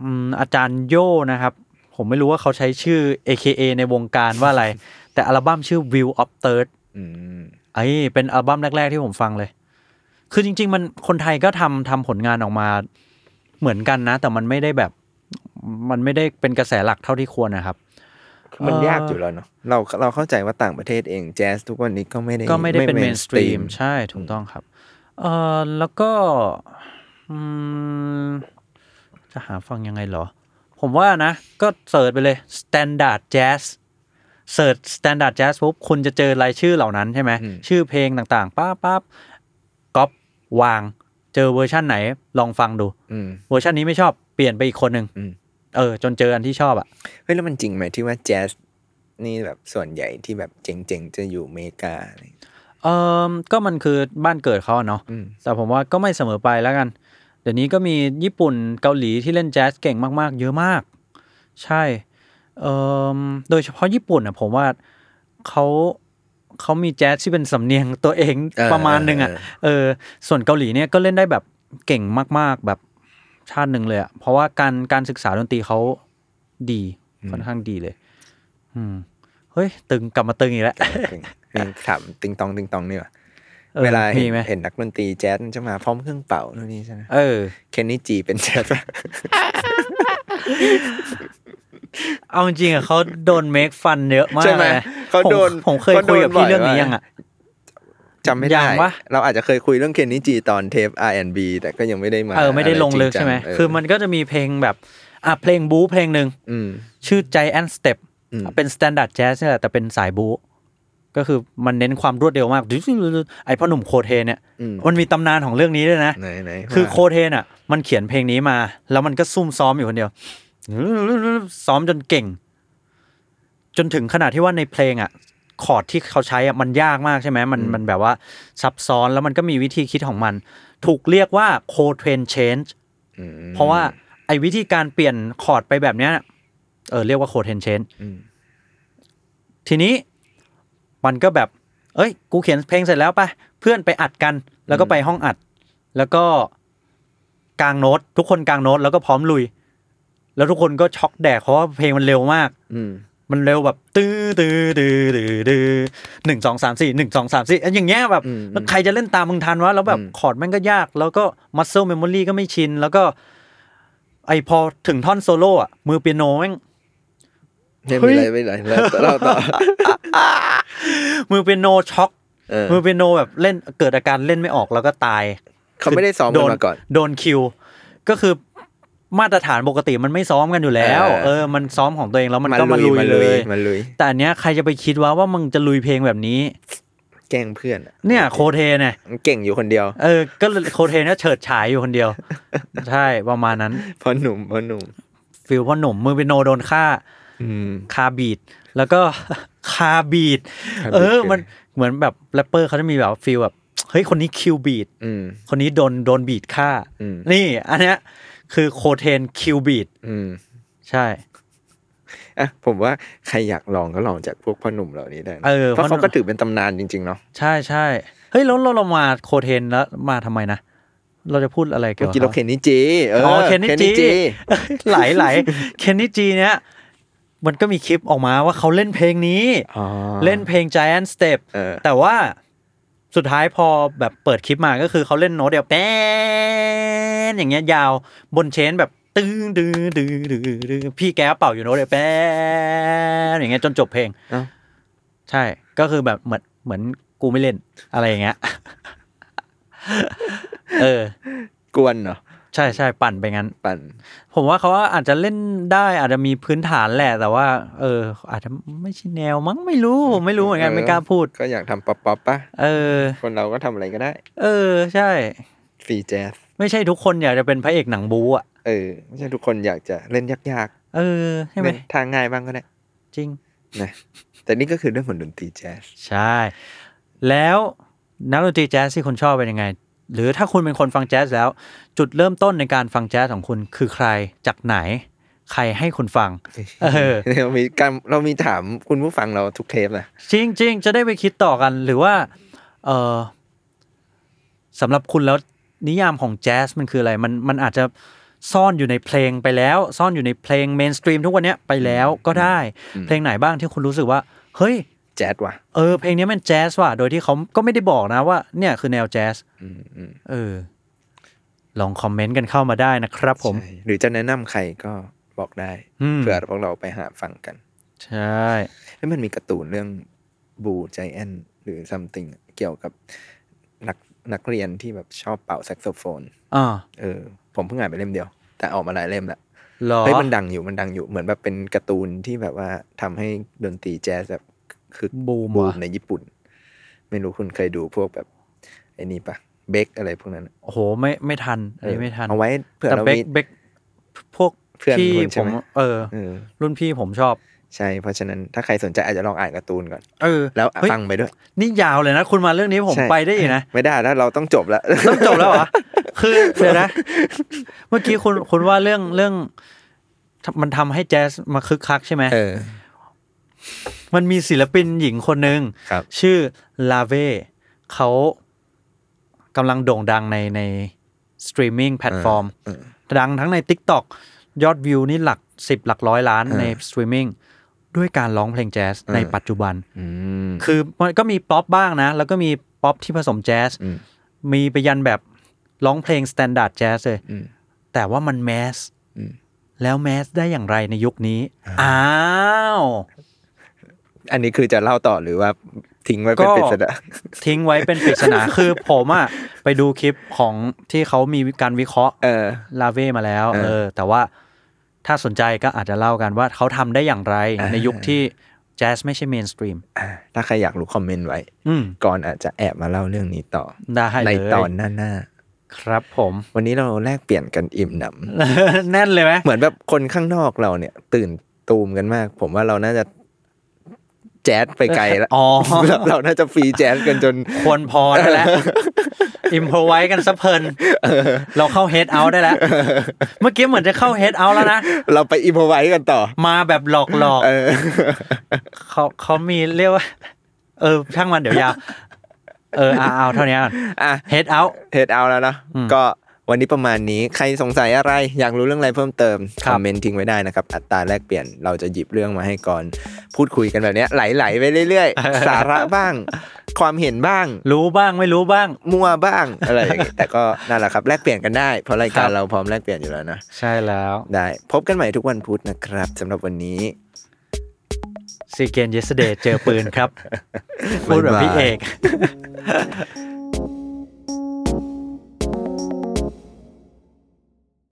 S3: อืมอาจารย์โย่นะครับ ผมไม่รู้ว่าเขาใช้ชื่อ AKA ในวงการว่าอะไร แต่อัลบั้มชื่อ View of Third
S2: อืม
S3: ไอ้เป็นอัลบั้มแรก ๆ ที่ผมฟังเลย คือจริง ๆ มันคนไทยก็ทำทำผลงานออกมาเหมือนกันนะ แต่มันไม่ได้แบบ มันไม่ได้เป็นกระแสหลักเท่าที่ควรนะครับ
S2: มัน
S3: เอ่อ
S2: ยากอยู่แล้วเนาะเราเราเข้าใจว่าต่างประเทศเองแจ๊สทุกวันนี้ก็ไม่ได้
S3: ก็ไม่ได้เป็นเมนสตรีม
S2: mainstream
S3: ใช่ถูกต้องครับเออแล้วก็อืมจะหาฟังยังไงเหรอ ผมว่านะ ก็เสิร์ชไปเลย standard jazz เสิร์ช standard jazz ปุ๊บคุณจะเจอรายชื่อเหล่านั้นใช่ไหม
S2: อืม
S3: ชื่อเพลงต่างๆป้าป๊บก๊อปวาง เจอเวอร์ชั่นไหน ลองฟังดู
S2: อืม
S3: เวอร์ชันนี้ไม่ชอบเปลี่ยนไปอีกคนหนึ่ง
S2: อืม
S3: เออ จนเจออันที่ชอบอ่ะ
S2: เฮ้ยแล้วมันจริงไหมที่ว่าแจ๊สนี่แบบส่วนใหญ่ที่แบบเจ๋งๆ จะอยู่อเมริกาอะไรอย่างเงี้ย
S3: เออก็มันคือบ้านเกิดเขาอะเนาะ
S2: อืม
S3: แต่ผมว่าก็ไม่เสมอไปแล้วกัน เดี๋ยวนี้ก็มีญี่ปุ่นเกาหลีที่เล่นแจ๊สเก่งมากๆ เยอะมาก ใช่เอ่มโดยเฉพาะญี่ปุ่นอ่ะผมว่าเขาเขามีแจ๊สที่เป็นสำเนียงตัวเอง
S2: เออ
S3: ประมาณหนึ่งอ่ะ
S2: เออ
S3: เออส่วนเกาหลีเนี่ยก็เล่นได้แบบเก่งมากๆแบบชาติหนึ่งเลยอ่ะเพราะว่าการการศึกษาดนตรีเขาดีค่อนข้างดีเลย อืมเฮ้ย ตึงกลับมาตึงอีกแล้ว
S2: มีถามติงตองติงตองนี่หว่า
S3: เออ
S2: เวลาเห็
S3: มี
S2: น
S3: ไหม
S2: เห็นนักดนตรีแจ๊สมันจะมาพร้อมเครื่องเป่านู่นนี่ใช่ไหม
S3: เออ
S2: เคนนี่จีเป็นแจ๊สปะ
S3: เอาจริงๆอะเขาโดนเมคฟันเยอะมาก
S2: ใช่ไหม
S3: ลย
S2: เขาโดน
S3: ผมผมเคย
S2: เขาโด
S3: คุ
S2: น
S3: ยกับพี่เรื่องนี้
S2: บ่อยมาก
S3: ยังอ่ะ
S2: จำไม่ได้
S3: ยังวะ
S2: เราอาจจะเคยคุยเรื่องเคนนี่จีตอนเทป R&B แต่ก็ยังไม่ได้มา
S3: เออไม่ได้
S2: ะร
S3: ลงลึกใช่ไหม
S2: จริงจังเ
S3: คือมันก็จะมีเพลงแบบอ่ะเพลงบู๊เพลงหนึ่ง
S2: อืม
S3: ชื่อ Giant Step
S2: อืม
S3: เป็น Standard Jazz นี่แหละแต่เป็นสายบู๊ก็คือมันเน้นความรวดเร็วมาก ไอพ่อหนุ่มโคเทนเนี่ย
S2: อืม
S3: มันมีตำนานของเรื่องนี้ด้วยนะ
S2: ไหนไหน
S3: คือ
S2: ว่า
S3: โคเทนอ่ะ มันเขียนเพลงนี้มา แล้วมันก็ซุ่มซ้อมอยู่คนเดียว ซ้อมจนเก่ง จนถึงขนาดที่ว่าในเพลงอ่ะคอร์ดที่เขาใช้อ่ะมันยากมากใช่ไหมมันมันแบบว่าซับซ้อนแล้วมันก็มีวิธีคิดของมัน ถูกเรียกว่าโคเทนเชนจ์
S2: อืม
S3: เพราะว่าไอ้วิธีการเปลี่ยนคอร์ดไปแบบเนี้ยเออเรียกว่าโคเทนเชนจ์
S2: อืม
S3: ทีนี้มันก็แบบ เอ้ย กูเขียนเพลงเสร็จแล้วปะเพื่อนไปอัดกัน แล้วก็ไปห้องอัด แล้วก็กางโน้ตทุกคนกางโน้ตแล้วก็พร้อมลุย แล้วทุกคนก็ช็อกแดกเพราะว่าเพลงมันเร็วมาก
S2: อืม
S3: มันเร็วแบบตื้อตื้อตื้อตื้อตื้อหนึ่งสองสามสี่หนึ่งสองสามสี่อันอย่างเงี้ยแบบ
S2: อืม
S3: แล้วใครจะเล่นตามมึงทันวะแล้วแบบ
S2: อืม
S3: คอร์ดแม่งก็ยาก แล้วก็มัสเซ e เมมโมรีก็ไม่ชิน แล้วก็ ไอพอถึงท่อนโซโล่อะมือเปียโนแม่ง
S2: ไม่เป็นไรไม่เป็นไรแล้วเราต่อ
S3: มือเปียโนช็อก
S2: เออ
S3: มือเปียโนแบบเล่นเกิดอาการเล่นไม่ออกแล้วก็ตาย
S2: เขาไม่ได้ซ้อมกันมาก่อน
S3: โดนคิว ก็คือมาตรฐานปกติมันไม่ซ้อมกันอยู่แล้ว
S2: เออ
S3: เออ มันซ้อมของตัวเองแล้วมันก็มาลุยเลย
S2: มาลุย
S3: แต่อันเนี้ยใครจะไปคิดว่าว่ามึงจะลุยเพลงแบบนี้
S2: แกล้งเพื่อนอะ
S3: เนี่ยโคเทเนี่ย
S2: มันเก่งอยู่คนเดียว
S3: เออ ก็เลยโคเทเนี่ยเฉิดฉายอยู่คนเดียว ใช่ประมาณนั้น
S2: พอหนุ่มพอหนุ่ม
S3: ฟิลพ่อหนุ่มมือเป็นโนโดนฆ่า
S2: อืม
S3: คาบีดแล้วก็ คาบีด
S2: คาบีท
S3: เออ
S2: คือ
S3: มันเหมือนแบบแรปเปอร์เขาจะมีแบบฟิลแบบเฮ้ยคนนี้คิวบีด
S2: อืม
S3: คนนี้โดนโดนบีดฆ่า
S2: อืม
S3: นี่ อันเนี้ยคือโคเทนคิวบีด
S2: อืม
S3: ใช่
S2: อ่ะผมว่าใครอยากลองก็ลองจากพวกพ่อหนุ่มเหล่านี้ได้นะ
S3: เออ
S2: เพราะ
S3: พ่อ
S2: เขา
S3: หนุ่ม
S2: ก็ถือเป็นตำนานจริงๆเนาะ
S3: ใช่ใช่เฮ้ยแล้วเราเรามาโคเทนแล้วมาทำไมนะ เราจะพูดอะไรเกี่
S2: เมื่
S3: ย
S2: อ
S3: วกับ
S2: กี้เราเคนนิจี เออ
S3: อ๋อเคนนิ
S2: นิ
S3: จีไหลไหลเคนนิจีเนี้ยมันก็มีคลิปออกมาว่าเขาเล่นเพลงนี้
S2: อ๋อ
S3: เล่นเพลง Giant Step
S2: เออ
S3: แต่ว่าสุดท้ายพอแบบเปิดคลิปมาก็คือเขาเล่นโน้ตเดียวแป้นอย่างเงี้ยยาวบนเชนแบบตึ้งดื้อดื้อดื้อดื้อพี่แกเป่าอยู่โน้ตเดียวแป้นอย่างเงี้ยจนจบเพลง
S2: เอ้า
S3: ใช่ก็คือแบบเหมือนเหมือนกูไม่เล่นอะไรอย่างเงี้ย เออ
S2: กวนเนาะ
S3: ใช่ใช่ปั่นไปงั้น
S2: ปั่น
S3: ผมว่าเขาอาจจะเล่นได้อาจจะมีพื้นฐานแหละ แต่ว่า เออ อาจจะไม่ใช่แนวมั้งไม่รู้ผมไม่รู้เหมือนกันไม่กล้าพูด
S2: ก็อยากทำป๊อปป๊อปปะ
S3: เออ
S2: คนเราก็ทำอะไรก็ได้
S3: เออ ใช่
S2: ฟรีแจ๊ส
S3: ไม่ใช่ทุกคนอยากจะเป็นพระเอกหนังบูอ่ะ
S2: เออไม่ใช่ทุกคนอยากจะเล่นยาก
S3: เออ
S2: ๆ
S3: ใช่ไหม
S2: เล่นทางง่ายบ้างก็ได้
S3: จริง
S2: นะแต่นี่ก็คือเรื่องของดนตรีแจ๊ส
S3: ใช่ แล้วนักดนตรีแจ๊สที่คุณชอบเป็นยังไง หรือถ้าคุณเป็นคนฟังแจ๊สแล้ว จุดเริ่มต้นในการฟังแจ๊สของคุณคือใครจากไหน ใครให้คุณฟัง เออ
S2: เรามีการเรามีถามคุณผู้ฟังเราทุกเทปนะ
S3: จริงจริงๆ จะได้ไปคิดต่อกันหรือว่าเออสำหรับคุณแล้วนิยามของแจ๊สมันคืออะไร มันมันอาจจะ ซ่อนอยู่ในเพลงไปแล้ว ซ่อนอยู่ในเพลงเมนสตรีมทุกวันเนี้ยไปแล้วก็ได้ เพลงไหนบ้างที่คุณรู้สึกว่า เฮ้ย
S2: แจ๊ดว่ะ
S3: เออเพลงนี้มันแจ๊สว่ะ โดยที่เขาก็ไม่ได้บอกนะว่า เนี่ยคือแนวแจ๊ส
S2: อืมอืม
S3: เออ ลองคอมเมนต์กันเข้ามาได้นะครับผม
S2: ใช่หรือจะแนะนำใครก็บอกได้
S3: อืม
S2: เผื่อพวกเราไปหาฟังกัน
S3: ใช่
S2: เฮ้ยมันมีการ์ตูนเรื่องบูใจแอนหรือ something เกี่ยวกับนักนักเรียนที่แบบชอบเป่าแซกโซโฟน
S3: อ่า
S2: เออ ผมเพิ่งอ่านไปเล่มเดียว แต่ออกมาหลายเล่มละ
S3: หรอ
S2: เฮ้ยมันดังอยู่มันดังอยู่เหมือนแบบเป็นการ์ตูนที่แบบว่าทำให้ดนตรีแจ๊สแบบคึก
S3: บูม
S2: บูม
S3: ว่ะ
S2: ในญี่ปุ่น ไม่รู้คุณเคยดูพวกแบบไอ้นี่ปะเบกอะไรพวกนั้นอะ
S3: โอ้โหไม่ไม่ทันอันนี้ไม่ทัน
S2: เอาไว้เผื่อ
S3: แต่
S2: เรา
S3: เบก
S2: มี
S3: เบกพวก
S2: เพื่อน
S3: พี่
S2: คุณใช่
S3: ผม
S2: ไหม
S3: เออ
S2: เออ
S3: รุ่นพี่ผมชอบ
S2: ใช่ เพราะฉะนั้นถ้าใครสนใจอาจจะลองอ่านการ์ตูนก่อน
S3: เออ
S2: แล้ว
S3: เฮ้ย
S2: ฟังไปด้วย
S3: นี่ยาวเลยนะ คุณมาเรื่องนี้ผม
S2: ใช่
S3: ไปได้อีกนะ
S2: ไม่ได้แล้วเราต้องจบแล้ว
S3: ต้องจบแล้วเหรอ คือเดี๋ยวนะ เมื่อกี้คุณคุณว่าเรื่องเรื่อง มันทำให้แจ๊สมาคึกคักใช่ไหม
S2: เออ
S3: มันมีศิลปินหญิงคนหนึ่ง
S2: ครับ
S3: ชื่อลาเวเขากำลังโด่งดังในในสตรีมมิ่งแพลตฟอร์ม ดังทั้งใน TikTok ยอดวิวนี่หลักสิบหลักร้อยล้านในสตรีมมิ่งด้วยการร้องเพลงแจ๊สในปัจจุบัน
S2: อืม
S3: คือมันก็มีป๊อปบ้างนะ แล้วก็มีป๊อปที่ผสมแจ๊ส
S2: อืม
S3: มีไปยันแบบร้องเพลงสแตนดาร์ดแจ๊สเลย
S2: อืม
S3: แต่ว่ามันแมส
S2: อืม
S3: แล้วแมสได้อย่างไรในยุคนี้ อ้าว
S2: อันนี้คือจะเล่าต่อหรือว่าทิ้งไว้เป็น
S3: ก็
S2: ปริศนา
S3: ทิ้งไว้เป็นปริศนา คือผมอะไปดูคลิปของที่เขามีการวิเคราะห์
S2: เออ
S3: ลาเวมาแล้ว
S2: เออ
S3: เออ แต่ว่าถ้าสนใจก็อาจจะเล่ากันว่าเขาทำได้อย่างไร
S2: อ่า
S3: ในยุคที่แจ๊สไม่ใช่เมนสตรีม
S2: อ่ะถ้าใครอยากรู้คอมเมนต์ไว้
S3: อืม
S2: ก่อนอาจจะแอบมาเล่าเรื่องนี้ต่อ
S3: ได้
S2: ใน
S3: เลย
S2: ตอนหน้า
S3: ครับผม
S2: ๆวันนี้เราแลกเปลี่ยนกันอิ่มหนำ
S3: แน่นเลยไหม
S2: เหมือนแบบคนข้างนอกเราเนี่ย ตื่นตูมกันมาก ผมว่าเราน่าจะแจ๊ดไปไกลแล้ว
S3: อ๋ อ
S2: เราเราน่าจะฟรีแจ๊ดกันจน
S3: ควรพอได้แล้ว อิมพอไว้กันซะเพลิน เราเข้าเฮดเอาได้แล้ว เมื่อกี้เหมือนจะเข้าเฮดเอาแล้วนะ
S2: เราไปอิมพอไว้กันต่อ
S3: มาแบบหลอกหลอกๆ
S2: เออ
S3: เขาเขามีเรียกว่า เออ ช่างมันเดี๋ยวยาว เออเอาเอาเท่านี้ก่อน
S2: อ่ะ
S3: เฮดเอา
S2: เทดเอาแล้วเนอะก็วันนี้ประมาณนี้ใครสงสัยอะไร อยากรู้เรื่องอะไรเพิ่มเติม
S3: ค
S2: ครับ อมเมนต์ทิ้งไว้ได้นะครับ อัตราแลกเปลี่ยนเราจะหยิบเรื่องมาให้ก่อนพูดคุยกันแบบเนี้ยไหลๆไปเรื่อยๆ สาระบ้าง ความเห็นบ้าง
S3: รู้บ้างไม่รู้บ้าง
S2: มั่วบ้าง อะไรอย่างเงี้ยแต่ก็นั่นแหละครับแลกเปลี่ยนกันได้เพราะรายการเราพร้อมแลกเปลี่ยนอยู่แล้วนะ
S3: ใช่แล้ว
S2: ได้พบกันใหม่ทุกวันพุธนะครับสำหรับวันนี้
S3: ซีเกนเยสเดย์เจอปืนครับ พูดแบบพี่เอก